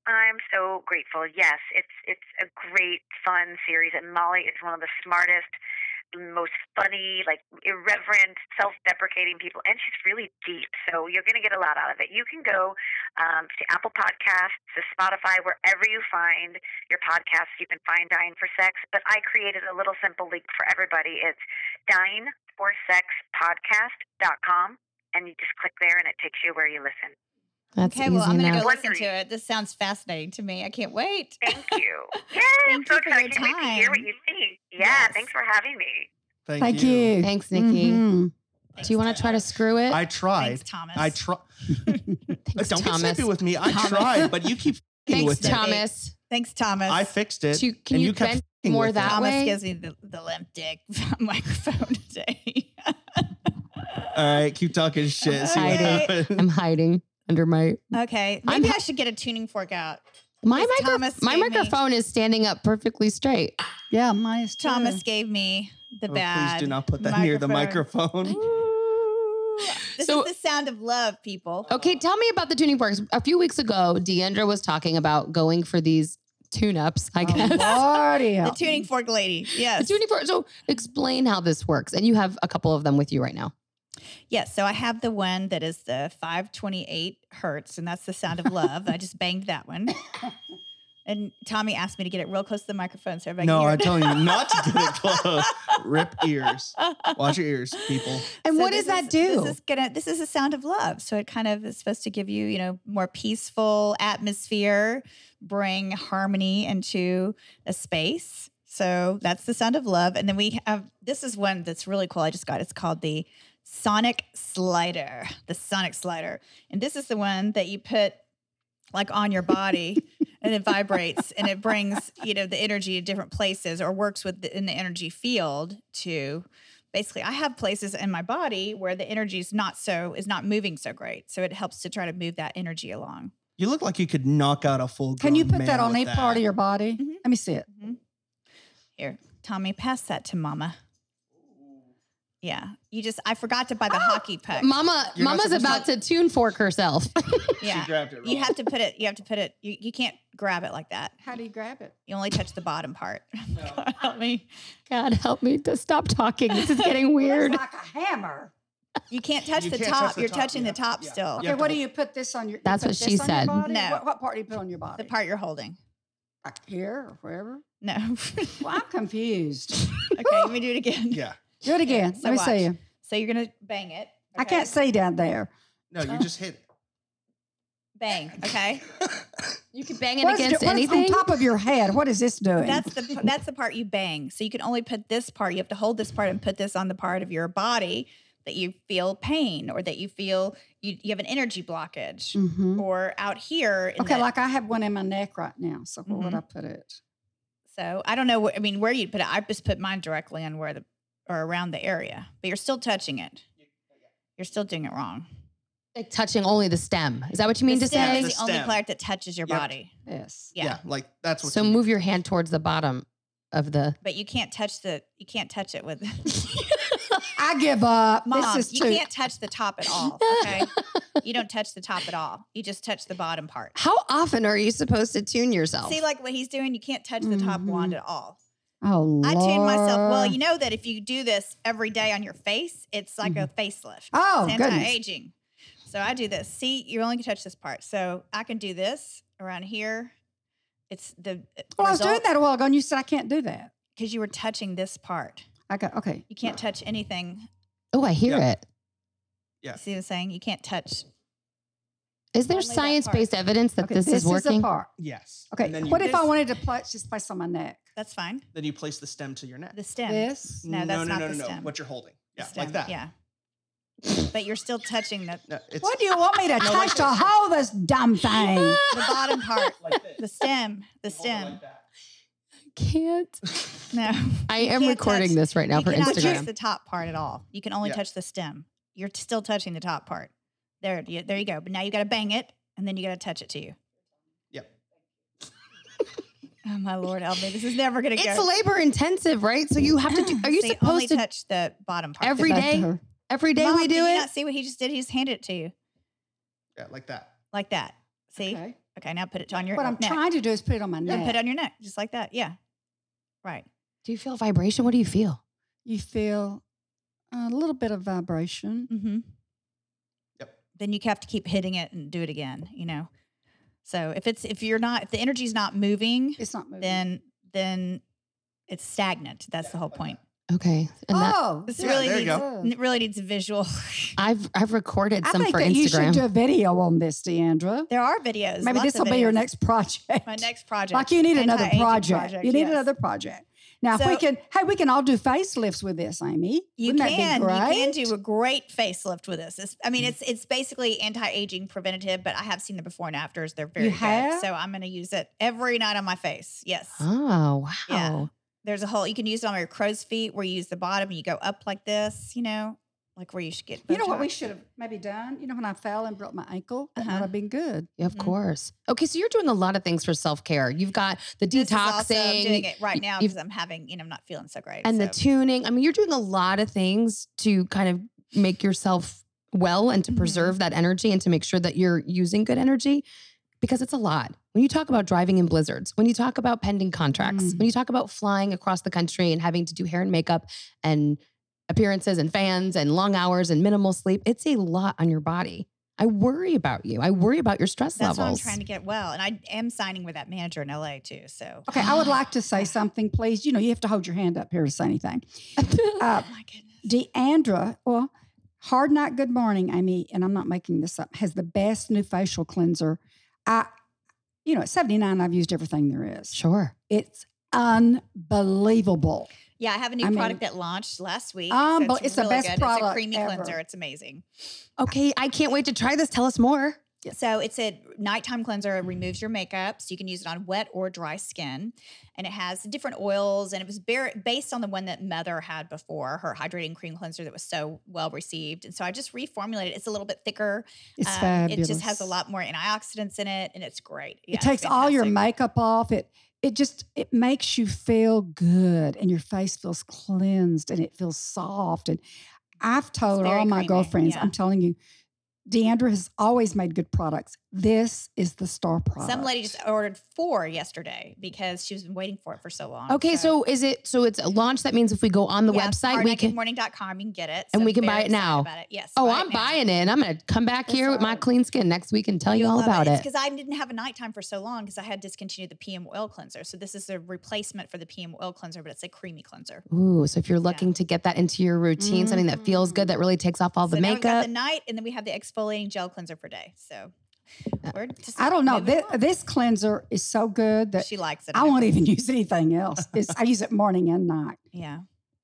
Speaker 9: I'm so grateful. Yes, it's it's a great fun series and Molly is one of the smartest, most funny, like irreverent, self-deprecating people and she's really deep. So you're going to get a lot out of it. You can go um, to Apple Podcasts, to Spotify, wherever you find your podcasts, you can find Dying for Sex, but I created a little simple link for everybody. It's dyingforsexpodcast.com and you just click there and it takes you where you listen.
Speaker 5: That's
Speaker 6: Okay, well, I'm
Speaker 5: easy
Speaker 6: gonna go
Speaker 5: enough.
Speaker 6: listen to it. This sounds fascinating to me. I can't wait.
Speaker 9: Thank you. Yeah, I'm
Speaker 6: Thank
Speaker 9: so
Speaker 6: you for
Speaker 9: excited.
Speaker 6: your
Speaker 9: I can't wait to hear what
Speaker 6: time.
Speaker 9: you think. Yeah,
Speaker 6: Yes.
Speaker 9: thanks for having me.
Speaker 8: Thank,
Speaker 7: thank you.
Speaker 5: Thanks, Nikki.
Speaker 7: Mhm.
Speaker 5: Do you want to try to screw it?
Speaker 8: I
Speaker 6: Thanks,
Speaker 8: tried.
Speaker 6: Thomas.
Speaker 8: I tried.
Speaker 5: Thanks,
Speaker 8: Don't get
Speaker 5: Thomas.
Speaker 8: snippy with me. I
Speaker 6: Thomas.
Speaker 8: tried, but you keep fing
Speaker 5: Thanks,
Speaker 8: with it.
Speaker 5: Thomas.
Speaker 6: Thanks, Thomas.
Speaker 8: I fixed it.
Speaker 5: Do- can
Speaker 8: and
Speaker 5: you
Speaker 8: you kept
Speaker 5: bend
Speaker 8: fing
Speaker 5: more
Speaker 8: with it.
Speaker 5: that
Speaker 6: Thomas
Speaker 5: way?
Speaker 6: gives me the, the limp dick microphone today.
Speaker 8: All right, keep talking shit. See what
Speaker 5: Hiding.
Speaker 8: happens.
Speaker 5: I'm hiding under my
Speaker 6: okay,
Speaker 5: I'm
Speaker 6: maybe i
Speaker 5: ha-
Speaker 6: should get a tuning fork out.
Speaker 5: my
Speaker 6: Because
Speaker 5: micro-
Speaker 6: Thomas
Speaker 5: my
Speaker 6: gave me-
Speaker 5: microphone is standing up perfectly straight.
Speaker 7: Yeah, mine is too.
Speaker 5: Hmm.
Speaker 6: Thomas gave me the
Speaker 8: Oh,
Speaker 6: bad.
Speaker 8: please do not put that near the microphone.
Speaker 6: This
Speaker 5: So- Oh,
Speaker 6: is the sound of love, people.
Speaker 5: Okay, tell me about the tuning forks. A few weeks ago, Deandra was talking about going for these tune-ups.
Speaker 7: Oh,
Speaker 5: I guess
Speaker 7: Lordy.
Speaker 6: The tuning fork lady.
Speaker 5: the
Speaker 6: Yes.
Speaker 5: tuning forks. So explain how this works, and you have a couple of them with you right now.
Speaker 6: Yes. So I have the one that is the 528 hertz, and that's the sound of love. I just banged that one. And Tommy asked me to get it real close to the microphone so everybody
Speaker 8: No,
Speaker 6: can hear
Speaker 8: I'm
Speaker 6: it.
Speaker 8: telling you not to get it close. Rip ears. Watch your ears, people.
Speaker 7: And
Speaker 6: So
Speaker 7: what does
Speaker 6: this
Speaker 7: that
Speaker 6: is-
Speaker 7: do?
Speaker 6: This is gonna. This is a sound of love. So it kind of is supposed to give you, you know, more peaceful atmosphere, bring harmony into a space. So that's the sound of love. And then we have this is one that's really cool. I just got. It's called the Sonic Slider. The Sonic Slider, and this is the one that you put like on your body. And it vibrates and it brings, you know, the energy to different places or works with the, in the energy field to basically i have places in my body where the energy is not so is not moving so great so it helps to try to move that energy along
Speaker 8: You look like you could knock out a full.
Speaker 7: Can you put that on
Speaker 8: a
Speaker 7: any part of your body?
Speaker 6: Mhm.
Speaker 7: Let me see it.
Speaker 6: here tommy pass that to mama yeah you just i forgot to buy
Speaker 7: Oh,
Speaker 6: the hockey puck
Speaker 5: Mama,
Speaker 8: You're not
Speaker 5: Mama's
Speaker 8: supposed
Speaker 5: about to tune fork herself.
Speaker 6: yeah
Speaker 8: grabbed it.
Speaker 6: you have to put it you have to put it you, you can't grab it like that
Speaker 7: How do you grab it?
Speaker 6: you only touch the bottom part help me
Speaker 5: God help me to stop talking. This is getting weird.
Speaker 7: It's like a hammer.
Speaker 6: you can't touch,
Speaker 8: You
Speaker 6: the,
Speaker 8: can't
Speaker 6: top.
Speaker 8: touch the
Speaker 6: you're
Speaker 8: top,
Speaker 6: touching
Speaker 8: yeah.
Speaker 6: the top
Speaker 8: Yeah.
Speaker 6: still
Speaker 8: Yeah.
Speaker 7: Okay, what do you put this on your? you
Speaker 5: That's
Speaker 7: put
Speaker 5: what she
Speaker 7: this on your
Speaker 5: said.
Speaker 7: body?
Speaker 6: No.
Speaker 7: What, what part do you put on your body?
Speaker 6: the part you're holding
Speaker 7: Like here or wherever.
Speaker 6: no
Speaker 7: Well, I'm confused.
Speaker 6: okay let me do it again
Speaker 8: Yeah.
Speaker 7: Do it again.
Speaker 6: So
Speaker 7: Let me
Speaker 6: watch.
Speaker 7: see you.
Speaker 6: so you're gonna bang it
Speaker 7: I can't
Speaker 6: okay?
Speaker 7: see down there.
Speaker 8: No, you just hit.
Speaker 6: bang okay
Speaker 5: You can bang it
Speaker 7: What is-
Speaker 5: against
Speaker 7: what is
Speaker 5: anything.
Speaker 7: on top of your head? What is this doing?
Speaker 6: That's the p- that's the part you bang. So you can only put this part. You have to hold this part and put this on the part of your body that you feel pain or that you feel you, you have an energy blockage
Speaker 7: Mhm.
Speaker 5: Mm-hmm.
Speaker 6: or out here. in the-
Speaker 7: okay. Mm-hmm. Like I have one in my neck right now. So where would I put it?
Speaker 6: So I don't know. Wh- I mean, where you'd put it, I just put mine directly on where the or around the area, but you're still touching it. You're still doing it wrong.
Speaker 5: Like touching only the stem. Is that what you mean
Speaker 6: the
Speaker 5: to
Speaker 6: stem
Speaker 5: say?
Speaker 6: is the,
Speaker 8: The
Speaker 6: only
Speaker 8: stem.
Speaker 6: part that touches your
Speaker 8: Yep.
Speaker 6: body.
Speaker 7: Yes.
Speaker 6: Yeah.
Speaker 8: like that's what.
Speaker 5: So
Speaker 8: you do.
Speaker 5: move your hand towards the bottom of the.
Speaker 6: but you can't touch the. You can't touch it with.
Speaker 7: I give up.
Speaker 6: Mom,
Speaker 7: this is
Speaker 6: you
Speaker 7: too.
Speaker 6: can't touch the top at all. Okay, you don't touch the top at all. You just touch the bottom part.
Speaker 5: How often are you supposed to tune yourself?
Speaker 6: See, like what he's doing, you can't touch the top wand
Speaker 7: Mm-hmm.
Speaker 6: at all.
Speaker 7: Oh, Lord.
Speaker 6: I tuned myself. Well, you know that if you do this every day on your face, it's like a facelift.
Speaker 7: Oh,
Speaker 6: it's
Speaker 7: goodness.
Speaker 6: anti-aging. So I do this. See, you only can touch this part. So I can do this around here. It's the
Speaker 7: Well, Oh, I was doing that a while ago, and you said I can't do that.
Speaker 6: because you were touching this part.
Speaker 7: I got okay.
Speaker 6: You can't touch anything.
Speaker 5: oh, I hear
Speaker 8: Yeah.
Speaker 5: it.
Speaker 8: Yeah.
Speaker 6: See what I'm saying? You can't touch.
Speaker 5: Is there
Speaker 6: Only that
Speaker 5: science based
Speaker 6: part.
Speaker 5: evidence that
Speaker 7: Okay,
Speaker 5: this, is
Speaker 7: a
Speaker 5: working?
Speaker 7: part.
Speaker 8: yes.
Speaker 7: Okay,
Speaker 8: And then you,
Speaker 7: what if I
Speaker 6: There's-
Speaker 7: wanted to place just place on my neck?
Speaker 6: That's fine.
Speaker 8: then you place the stem to your neck?
Speaker 6: The stem.
Speaker 7: This.
Speaker 6: No,
Speaker 8: no,
Speaker 6: that's
Speaker 8: no,
Speaker 6: not
Speaker 8: no,
Speaker 6: the
Speaker 8: no,
Speaker 6: stem.
Speaker 8: What you're holding?
Speaker 6: The
Speaker 8: Yeah,
Speaker 6: stem,
Speaker 8: like that.
Speaker 6: Yeah. But you're still touching the,
Speaker 8: No, it's
Speaker 7: What do you want me to touch to hold this dumb thing?
Speaker 6: the bottom part,
Speaker 8: like this.
Speaker 6: the stem, the
Speaker 8: You hold it
Speaker 6: stem.
Speaker 8: like that.
Speaker 5: Can't.
Speaker 6: No.
Speaker 5: I
Speaker 6: You
Speaker 5: am
Speaker 6: can't
Speaker 5: recording
Speaker 6: touch-
Speaker 5: this right now
Speaker 6: you
Speaker 5: for
Speaker 6: cannot touch
Speaker 5: Instagram.
Speaker 6: the top part at all. You can only
Speaker 8: Yeah.
Speaker 6: touch the stem. You're t- still touching the top part. There, you, there you go. But now you got to bang it, and then you got to touch it to you.
Speaker 8: Yep.
Speaker 6: Oh my lord, Elvin, this is never gonna
Speaker 5: It's
Speaker 6: go.
Speaker 5: labor intensive, right? So you have to do. Are you
Speaker 6: So only
Speaker 5: supposed to
Speaker 6: touch the bottom part
Speaker 5: every
Speaker 7: Back to
Speaker 5: day?
Speaker 7: her.
Speaker 5: Every day
Speaker 6: Mom,
Speaker 5: we do
Speaker 6: did You
Speaker 5: it.
Speaker 6: not see what he just did? He just handed it to you
Speaker 8: Yeah, like that.
Speaker 6: like that. See? Okay,
Speaker 7: Okay.
Speaker 6: now put it on your
Speaker 7: What I'm
Speaker 6: neck.
Speaker 7: trying to do is put it on my
Speaker 6: Yeah,
Speaker 7: neck.
Speaker 6: put it on your neck, just like that. Yeah, right.
Speaker 5: Do you feel vibration? What do you feel?
Speaker 7: you feel a little bit of vibration.
Speaker 6: Mm-hmm.
Speaker 8: Yep.
Speaker 6: Then you have to keep hitting it and do it again. You know. So if it's if you're not if the energy's not moving,
Speaker 7: It's not moving.
Speaker 6: then then it's stagnant. That's the whole point.
Speaker 5: Okay. And that,
Speaker 7: oh,
Speaker 6: This
Speaker 8: Yeah,
Speaker 6: really
Speaker 8: there
Speaker 6: needs
Speaker 8: you
Speaker 7: go.
Speaker 6: n- really needs a visual.
Speaker 5: I've I've recorded
Speaker 7: I
Speaker 5: some
Speaker 7: think
Speaker 5: for
Speaker 7: that you should do
Speaker 5: Instagram.
Speaker 7: a video on this, Deandra.
Speaker 6: there are videos.
Speaker 7: Maybe
Speaker 6: lots
Speaker 7: this
Speaker 6: of
Speaker 7: will be your
Speaker 6: videos.
Speaker 7: next project.
Speaker 6: my next project.
Speaker 7: Like you need another
Speaker 6: Anti-aging
Speaker 7: project. You need
Speaker 6: yes.
Speaker 7: another project. Now, if we
Speaker 6: So-
Speaker 7: can, hey, we can all do facelifts with this, Amy.
Speaker 6: You
Speaker 7: Wouldn't
Speaker 6: can you
Speaker 7: That be great? Mm.
Speaker 6: can do a great facelift with this. It's, I mean, it's it's basically anti aging preventative, but I have seen the before and afters. They're very
Speaker 7: have?
Speaker 6: good. So I'm going to use it every night on my face. Yes.
Speaker 5: Oh wow.
Speaker 6: Yeah. There's a whole. You can use it on your crow's feet where you use the bottom and you go up like this. You know, like where you should get.
Speaker 7: You know what we
Speaker 6: Botox.
Speaker 7: should have maybe done? You know, when I fell and broke my ankle, that
Speaker 6: Uh-huh.
Speaker 7: might have been good.
Speaker 5: Yeah, of
Speaker 6: Mhm.
Speaker 5: course. Okay, so you're doing a lot of things for self care. You've got the
Speaker 6: This is also- I'm
Speaker 5: detoxing
Speaker 6: doing it right now
Speaker 5: you've-
Speaker 6: because I'm having, you know, I'm not feeling so great.
Speaker 5: and the
Speaker 6: so-
Speaker 5: tuning. I mean, you're doing a lot of things to kind of make yourself well and to
Speaker 6: Mhm.
Speaker 5: preserve that energy and to make sure that you're using good energy because it's a lot. When you talk about driving in blizzards, when you talk about pending contracts,
Speaker 7: Mm.
Speaker 6: Mm-hmm.
Speaker 5: when you talk about flying across the country and having to do hair and makeup and appearances and fans and long hours and minimal sleep, it's a lot on your body. I worry about you. I worry about your stress
Speaker 6: that's what I'm
Speaker 5: levels.
Speaker 6: trying to get well. And I am signing with that manager in LA too. So,
Speaker 7: Okay, I would like to say something, please. You know, you have to hold your hand up here to say anything. Uh,
Speaker 6: Oh my goodness.
Speaker 7: Deandra, well, Hard Night Good Morning, Amy, and I'm not making this up, has the best new facial cleanser. I, you know, at 79, I've used everything there is.
Speaker 5: sure.
Speaker 7: It's unbelievable.
Speaker 6: Yeah, I have a new
Speaker 7: I mean-
Speaker 6: product that launched last week.
Speaker 7: Um, but it's the best
Speaker 6: It's a
Speaker 7: product
Speaker 6: creamy
Speaker 7: ever.
Speaker 6: cleanser. It's amazing.
Speaker 5: Okay, I can't wait to try this. Tell us more.
Speaker 6: So it's a nighttime cleanser. It removes your makeup, so you can use it on wet or dry skin, and it has different oils. And it was bar- based on the one that Mother had before her hydrating cream cleanser that was so well received. And so I just reformulated. it. It's a little bit thicker.
Speaker 7: It's
Speaker 6: Um,
Speaker 7: fabulous.
Speaker 6: It just has a lot more antioxidants in it, and it's great. Yeah,
Speaker 7: it
Speaker 6: it's
Speaker 7: takes all your
Speaker 6: fantastic.
Speaker 7: makeup off. It it just it makes you feel good and your face feels cleansed and it feels soft. And I've told
Speaker 6: very
Speaker 7: all my
Speaker 6: creamy,
Speaker 7: girlfriends,
Speaker 6: yeah.
Speaker 7: I'm telling you, Deandra has always made good products. This is the star product.
Speaker 6: Some lady just ordered four yesterday because she was waiting for it for so long.
Speaker 5: Okay, so is it so it's a launch? That means if we go on the
Speaker 6: Yeah,
Speaker 5: website, we can.
Speaker 6: hardneckedmorning.com. You can get it,
Speaker 5: And we can
Speaker 6: very
Speaker 5: buy it
Speaker 6: excited
Speaker 5: now.
Speaker 6: About it. Yes.
Speaker 5: Oh,
Speaker 6: buy it
Speaker 5: I'm
Speaker 6: now.
Speaker 5: buying it. and I'm gonna come back
Speaker 6: That's
Speaker 5: here with my
Speaker 6: right.
Speaker 5: clean skin next week and tell you all
Speaker 6: You'll love
Speaker 5: about
Speaker 6: It's
Speaker 5: it.
Speaker 6: because I didn't have a nighttime for so long because I had discontinued the PM oil cleanser. So this is a replacement for the PM oil cleanser, but it's a creamy cleanser.
Speaker 5: Ooh, so if you're looking to get that into your routine, something that feels good, that really takes off all the
Speaker 6: Mm. so now we've got
Speaker 5: makeup.
Speaker 6: the night, and then we have the exfoliating gel cleanser for day. So
Speaker 5: Uh,
Speaker 6: we're just
Speaker 7: I don't know.
Speaker 6: moving
Speaker 7: This,
Speaker 6: along.
Speaker 7: this cleanser is so good
Speaker 5: uh,
Speaker 7: that
Speaker 6: she likes it.
Speaker 7: I won't even use anything else. It's, I use it morning and night.
Speaker 6: Yeah.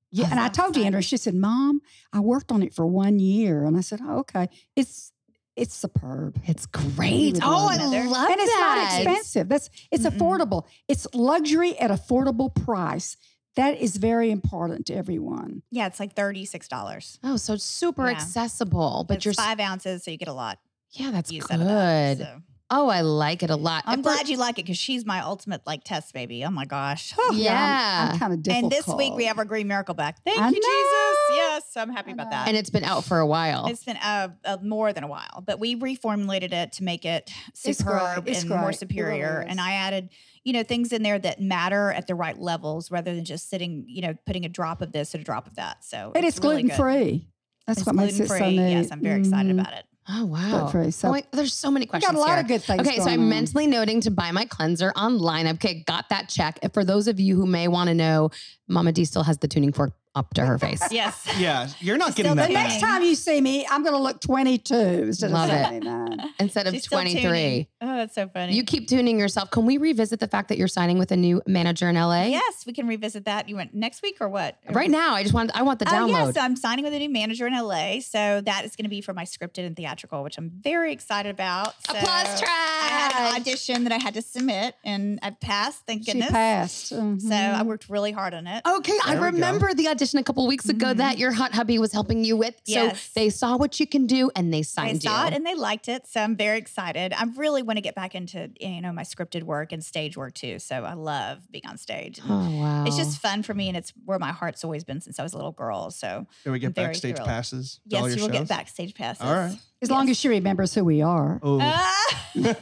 Speaker 7: Yeah, and I
Speaker 6: Awesome.
Speaker 7: told Deandra, she said, "Mom, I worked on it for one year," and I said, oh, "Okay, it's It's superb.
Speaker 5: It's great.
Speaker 7: would
Speaker 5: Oh,
Speaker 7: love
Speaker 5: I
Speaker 7: it.
Speaker 5: love
Speaker 7: and it's
Speaker 5: that.
Speaker 7: not expensive. That's it's
Speaker 5: Mm-hmm.
Speaker 6: Mm-mm.
Speaker 7: affordable. It's luxury at affordable price. That is very important to everyone.
Speaker 6: Yeah, it's like $36.
Speaker 5: Oh, so it's super
Speaker 6: Yeah.
Speaker 5: accessible, but
Speaker 6: it's
Speaker 5: you're s-
Speaker 6: five ounces, so you get a lot.
Speaker 5: yeah, that's
Speaker 6: use
Speaker 5: good.
Speaker 6: out of that. So,
Speaker 5: Oh, I like it a lot.
Speaker 6: I'm
Speaker 5: And for-
Speaker 6: glad you like it because she's my ultimate like test baby. Oh my gosh.
Speaker 5: Yeah.
Speaker 7: I'm, kind of difficult.
Speaker 6: and this week we have our Green Miracle back. Thank
Speaker 7: I
Speaker 6: you,
Speaker 7: know.
Speaker 6: Jesus. Yes, so I'm happy
Speaker 7: I
Speaker 6: about
Speaker 7: know.
Speaker 6: that.
Speaker 5: and it's been out for a while.
Speaker 6: It's been uh, uh, more than a while, but we reformulated it to make it
Speaker 7: great.
Speaker 6: superb
Speaker 7: It's
Speaker 6: and
Speaker 7: great.
Speaker 6: more
Speaker 7: It really
Speaker 6: superior.
Speaker 7: is.
Speaker 6: and I added, you know, things in there that matter at the right levels rather than just sitting, you know, putting a drop of this and a drop of that. So
Speaker 7: and it's,
Speaker 6: really
Speaker 7: gluten
Speaker 6: good.
Speaker 7: free. That's
Speaker 6: It's
Speaker 7: what makes it so
Speaker 6: gluten-free.
Speaker 7: neat.
Speaker 6: Yes, I'm very excited
Speaker 7: Mhm.
Speaker 6: about it.
Speaker 5: oh wow.
Speaker 7: Gluten-free, so-
Speaker 5: oh, wait, there's so many
Speaker 7: We
Speaker 5: questions
Speaker 7: got a lot
Speaker 5: here.
Speaker 7: of good things.
Speaker 5: Okay, so
Speaker 7: going
Speaker 5: I'm
Speaker 7: on.
Speaker 5: mentally noting to buy my cleanser online. Okay, got that check. And for those of you who may want to know, Mama D still has the tuning fork up to her face.
Speaker 6: Yes.
Speaker 8: Yeah, you're not
Speaker 6: Still
Speaker 8: getting
Speaker 6: the
Speaker 8: that
Speaker 7: The
Speaker 8: back.
Speaker 7: next time you see me, I'm going to look 22 instead
Speaker 5: Love
Speaker 7: of
Speaker 5: it.
Speaker 7: 79.
Speaker 5: Instead of
Speaker 6: She's still
Speaker 5: 23.
Speaker 6: tuning. Oh, that's so funny.
Speaker 5: You keep tuning yourself. Can we revisit the fact that you're signing with a new manager in LA?
Speaker 6: Yes, we can revisit that. You went next week or what?
Speaker 5: Right now, I just want I want the
Speaker 6: Oh, yeah.
Speaker 5: download.
Speaker 6: So I'm signing with a new manager in LA. So that is going to be for my scripted and theatrical, which I'm very excited about. So
Speaker 5: Applause track.
Speaker 6: I had an audition that I had to submit and I passed, thank
Speaker 7: She
Speaker 6: goodness.
Speaker 7: passed. Mm-hmm.
Speaker 6: So uh, I worked really hard on it.
Speaker 5: Okay, I
Speaker 8: There we go.
Speaker 5: remember the audition a couple weeks ago
Speaker 6: Mhm.
Speaker 5: that your hot hubby was helping you with.
Speaker 6: Yes.
Speaker 5: So they saw what you can do and they
Speaker 6: I
Speaker 5: signed
Speaker 6: saw
Speaker 5: you.
Speaker 6: it and they liked it. So I'm very excited. I really want to get back into, you know, my scripted work and stage work too. So I love being on stage. and
Speaker 5: oh wow.
Speaker 6: It's just fun for me and it's where my heart's always been since I was a little girl. So
Speaker 8: Can we get
Speaker 6: Very
Speaker 8: backstage
Speaker 6: thrilled.
Speaker 8: passes? to all
Speaker 6: yes,
Speaker 8: your
Speaker 6: you will
Speaker 8: shows?
Speaker 6: get backstage passes.
Speaker 8: All right.
Speaker 7: As long as she remembers who we are.
Speaker 8: Oh,
Speaker 6: Ah!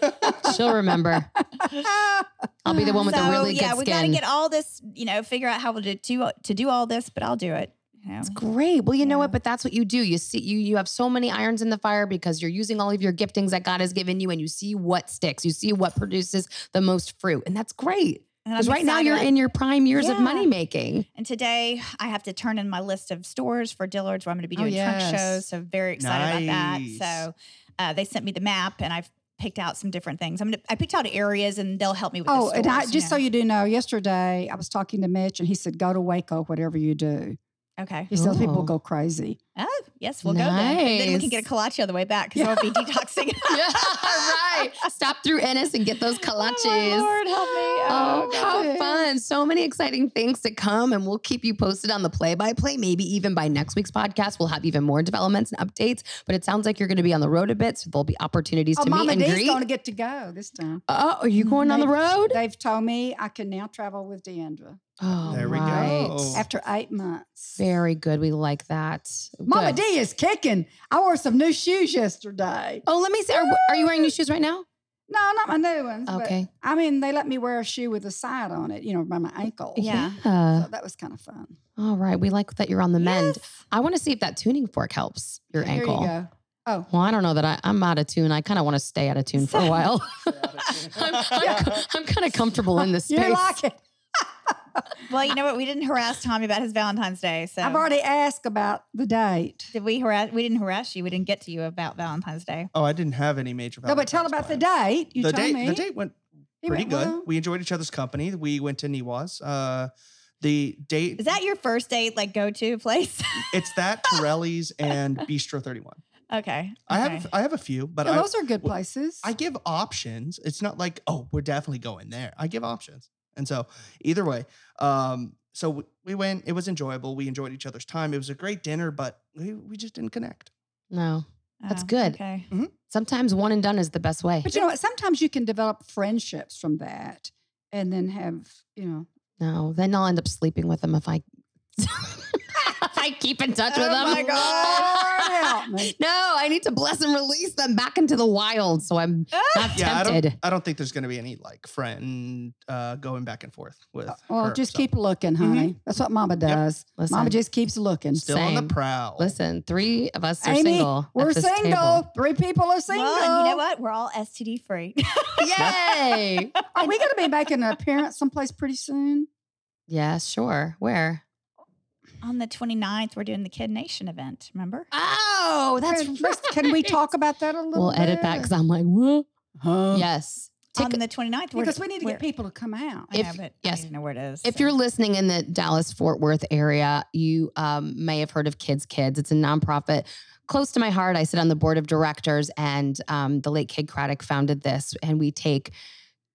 Speaker 5: she'll remember.
Speaker 7: Oh,
Speaker 5: I'll be the one with
Speaker 6: so,
Speaker 5: the really
Speaker 6: yeah,
Speaker 5: good
Speaker 6: we got to
Speaker 5: skin.
Speaker 6: get all this, you know, figure out how to do to do all this, but I'll do it. You know?
Speaker 5: It's great. Well, you know
Speaker 6: Yeah.
Speaker 5: what? But that's what you do. You see, you you have so many irons in the fire because you're using all of your giftings that God has given you, and you see what sticks. You see what produces the most fruit, and that's great.
Speaker 6: And I'm
Speaker 5: Because right now you're
Speaker 6: excited.
Speaker 5: in your prime years of
Speaker 6: Yeah.
Speaker 5: money making.
Speaker 6: And today I have to turn in my list of stores for Dillard's where I'm going to be
Speaker 5: Oh,
Speaker 6: doing
Speaker 5: yes.
Speaker 6: trunk shows. So very excited about that.
Speaker 8: Nice.
Speaker 6: So uh, they sent me the map and I've picked out some different things. I'm gonna, I picked out areas and they'll help me with.
Speaker 7: Oh,
Speaker 6: the
Speaker 7: and I,
Speaker 6: stores,
Speaker 7: just so you do know, yesterday I was talking to Mitch and he said, go to Waco, whatever you do.
Speaker 6: know. okay.
Speaker 7: He said,
Speaker 5: Oh.
Speaker 7: people go crazy.
Speaker 6: Oh yes, we'll go then. And then we can get a
Speaker 5: Nice.
Speaker 6: kolache on the way back because I'll be detoxing.
Speaker 5: yeah, right. Stop through Ennis and get those kolaches.
Speaker 6: Oh, my Lord, help me.
Speaker 5: Oh,
Speaker 6: Oh,
Speaker 5: how
Speaker 6: God.
Speaker 5: fun. So many exciting things to come. And we'll keep you posted on the play by play. Maybe even by next week's podcast, we'll have even more developments and updates. But it sounds like you're going to be on the road a bit. So there'll be opportunities
Speaker 7: Oh,
Speaker 5: to
Speaker 7: Mama
Speaker 5: meet and
Speaker 7: D's
Speaker 5: greet.
Speaker 7: going to get to go this time.
Speaker 5: oh, are you going on the
Speaker 7: They've-
Speaker 5: road?
Speaker 7: They've told me I can now travel with Deandra
Speaker 5: Oh,
Speaker 8: There we go.
Speaker 5: right.
Speaker 7: after eight months.
Speaker 5: Very good. We like that.
Speaker 7: Mama
Speaker 5: Good.
Speaker 7: D is kicking. I wore some new shoes yesterday.
Speaker 5: Oh, let me see. Are, are you wearing new shoes right now?
Speaker 7: No, not my new ones. Okay.
Speaker 5: Okay.
Speaker 7: I mean, they let me wear a shoe with a side on it, you know, by my ankle.
Speaker 6: Yeah.
Speaker 5: Yeah.
Speaker 7: So that was kind of fun.
Speaker 5: All right. We like that you're on the mend. I want to see if that tuning fork helps your
Speaker 7: There
Speaker 5: ankle.
Speaker 7: you go. Oh,
Speaker 5: Well, I don't know that I, I'm out of tune. I kind of want to stay out of tune for a while. I'm, I'm, co- I'm kind of comfortable in this space.
Speaker 7: you like it.
Speaker 6: Well, you know what? We didn't harass Tommy about his Valentine's Day. So
Speaker 7: I've already asked about the date.
Speaker 6: did we harass? We didn't harass you. We didn't get to you about Valentine's Day.
Speaker 8: oh, I didn't have any major.
Speaker 7: No, but tell
Speaker 8: Valentine's
Speaker 7: about the
Speaker 8: plans.
Speaker 7: date. You
Speaker 8: the
Speaker 7: told
Speaker 8: date.
Speaker 7: me.
Speaker 8: The date went
Speaker 7: He
Speaker 8: pretty
Speaker 7: went,
Speaker 8: good.
Speaker 7: well,
Speaker 8: We enjoyed each other's company. We went to Niwa's. Uh, the date.
Speaker 6: Is that your first date, like go to place?
Speaker 8: it's that Torelli's and Bistro Thirty One.
Speaker 6: okay.
Speaker 8: I
Speaker 6: okay.
Speaker 8: have I have a few, but
Speaker 7: yeah,
Speaker 8: I
Speaker 7: those are good
Speaker 8: w-
Speaker 7: places.
Speaker 8: I give options. It's not like, oh, we're definitely going there. I give options. And so either way, um, so we, we went, it was enjoyable. We enjoyed each other's time. It was a great dinner, but we, we just didn't connect.
Speaker 5: No. That's
Speaker 6: Oh,
Speaker 5: good.
Speaker 6: Okay.
Speaker 5: Sometimes one and done is the best way.
Speaker 7: but you know what? Sometimes you can develop friendships from that and then have, you know.
Speaker 5: No, then I'll end up sleeping with them if I if I keep in touch with
Speaker 6: Oh
Speaker 5: them.
Speaker 6: my
Speaker 7: Lord help me. Uh,
Speaker 5: No, I need to bless and release them back into the wild. So I'm not
Speaker 8: Yeah, I don't,
Speaker 5: tempted.
Speaker 8: I don't think there's going to be any like friend uh, going back and forth with.
Speaker 7: Well,
Speaker 8: her,
Speaker 7: just
Speaker 8: so.
Speaker 7: keep looking, honey. That's what Mama does.
Speaker 5: Listen,
Speaker 7: Mama just keeps looking.
Speaker 8: still on
Speaker 5: Same.
Speaker 8: the prowl.
Speaker 5: listen, three of us are
Speaker 7: Amy,
Speaker 5: single. at
Speaker 7: we're
Speaker 5: this
Speaker 7: single.
Speaker 5: table.
Speaker 7: Three people are single.
Speaker 6: Well, and you know what? We're all STD free.
Speaker 5: Yay.
Speaker 7: Are we going to be making an appearance someplace pretty soon?
Speaker 5: yeah, sure. Where?
Speaker 6: On the 29th, we're doing the Kid Nation event. Remember?
Speaker 5: Oh, that's
Speaker 7: can,
Speaker 5: right.
Speaker 7: can we talk about that a little
Speaker 5: We'll
Speaker 7: bit?
Speaker 5: edit that because I'm like, whoa.
Speaker 7: Huh?
Speaker 5: Yes.
Speaker 6: On
Speaker 5: Take,
Speaker 6: the 29th, we're,
Speaker 7: Because we need to
Speaker 6: we're-
Speaker 7: get people to come out.
Speaker 6: I know,
Speaker 5: If-
Speaker 6: but
Speaker 5: yes.
Speaker 6: I need to know where it is.
Speaker 5: if
Speaker 6: so.
Speaker 5: you're listening in the Dallas Fort Worth area, you um, may have heard of Kids Kids. It's a nonprofit close to my heart. I sit on the board of directors, and um, the late Kid Craddock founded this, and we take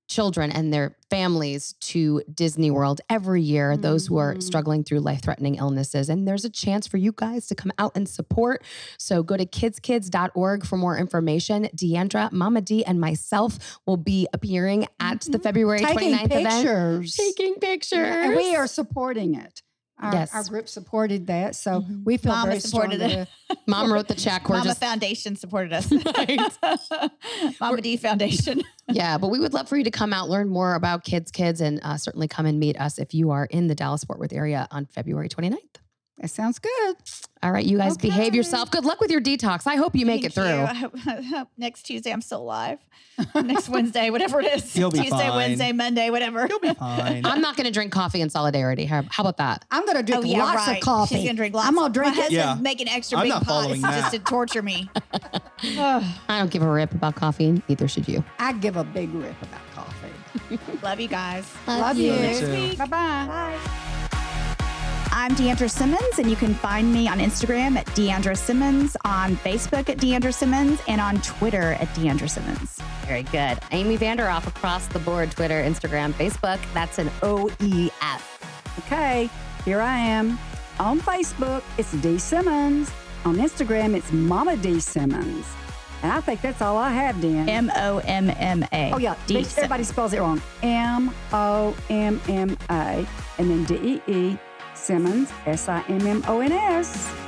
Speaker 5: children and their families to Disney World every year, those who are
Speaker 7: Mhm.
Speaker 5: struggling through life threatening illnesses. And there's a chance for you guys to come out and support. So go to kidskids.org for more information. Deandra, Mama D, and myself will be appearing at the February
Speaker 7: Taking
Speaker 5: 29th event.
Speaker 7: pictures.
Speaker 5: Taking pictures.
Speaker 7: Yeah, and we are supporting it. Our,
Speaker 5: Yes.
Speaker 7: our group supported that, so
Speaker 5: Mhm.
Speaker 7: we feel
Speaker 6: Mm-hmm. Mama
Speaker 7: very
Speaker 6: supported
Speaker 7: strongly.
Speaker 6: it.
Speaker 5: Mom wrote the check. We're
Speaker 6: Mama
Speaker 5: just
Speaker 6: Foundation supported us.
Speaker 5: Right.
Speaker 6: Mama D Foundation.
Speaker 5: yeah, but we would love for you to come out, learn more about Kids Kids, and uh, certainly come and meet us if you are in the Dallas Fort Worth area on February 29th.
Speaker 7: That sounds good.
Speaker 5: All right, you guys behave
Speaker 6: Okay.
Speaker 5: yourself. Good luck with your detox. I hope you make it
Speaker 6: Thank you.
Speaker 5: through.
Speaker 6: I hope- I hope Next Tuesday, I'm still alive. Next Wednesday, whatever it is.
Speaker 8: You'll be
Speaker 6: Tuesday,
Speaker 8: fine.
Speaker 6: Wednesday, Monday, whatever.
Speaker 8: You'll be fine.
Speaker 5: I'm not going to drink coffee in solidarity. How, how about that?
Speaker 7: I'm going to
Speaker 6: Oh
Speaker 7: drink
Speaker 6: yeah,
Speaker 7: lots
Speaker 6: right.
Speaker 7: of coffee.
Speaker 6: She's gonna drink lots.
Speaker 7: I'm gonna drink
Speaker 6: My
Speaker 7: it.
Speaker 6: husband's
Speaker 8: Yeah.
Speaker 6: making extra
Speaker 8: I'm
Speaker 6: big
Speaker 8: not
Speaker 6: pots
Speaker 8: following
Speaker 6: just
Speaker 8: that.
Speaker 6: to torture me. Ugh,
Speaker 5: I don't give a rip about coffee. Neither should you.
Speaker 7: I give a big rip about coffee.
Speaker 6: love you guys.
Speaker 7: Love you.
Speaker 8: you too.
Speaker 7: Bye bye.
Speaker 2: I'm Deandra Simmons, and you can find me on Instagram at Deandra Simmons, on Facebook at Deandra Simmons, and on Twitter at Deandra Simmons.
Speaker 5: Very good.
Speaker 4: Amy Vanderoff across the board Twitter, Instagram, Facebook. That's an OEF.
Speaker 7: Okay, here I am. On Facebook, it's D Simmons. On Instagram, it's Mama D Simmons. And I think that's all I have, Dan.
Speaker 6: M O M M A.
Speaker 7: oh, yeah.
Speaker 6: D.
Speaker 7: Everybody spells it wrong. M O M M A. And then D E E Simmons, S I M M O N S.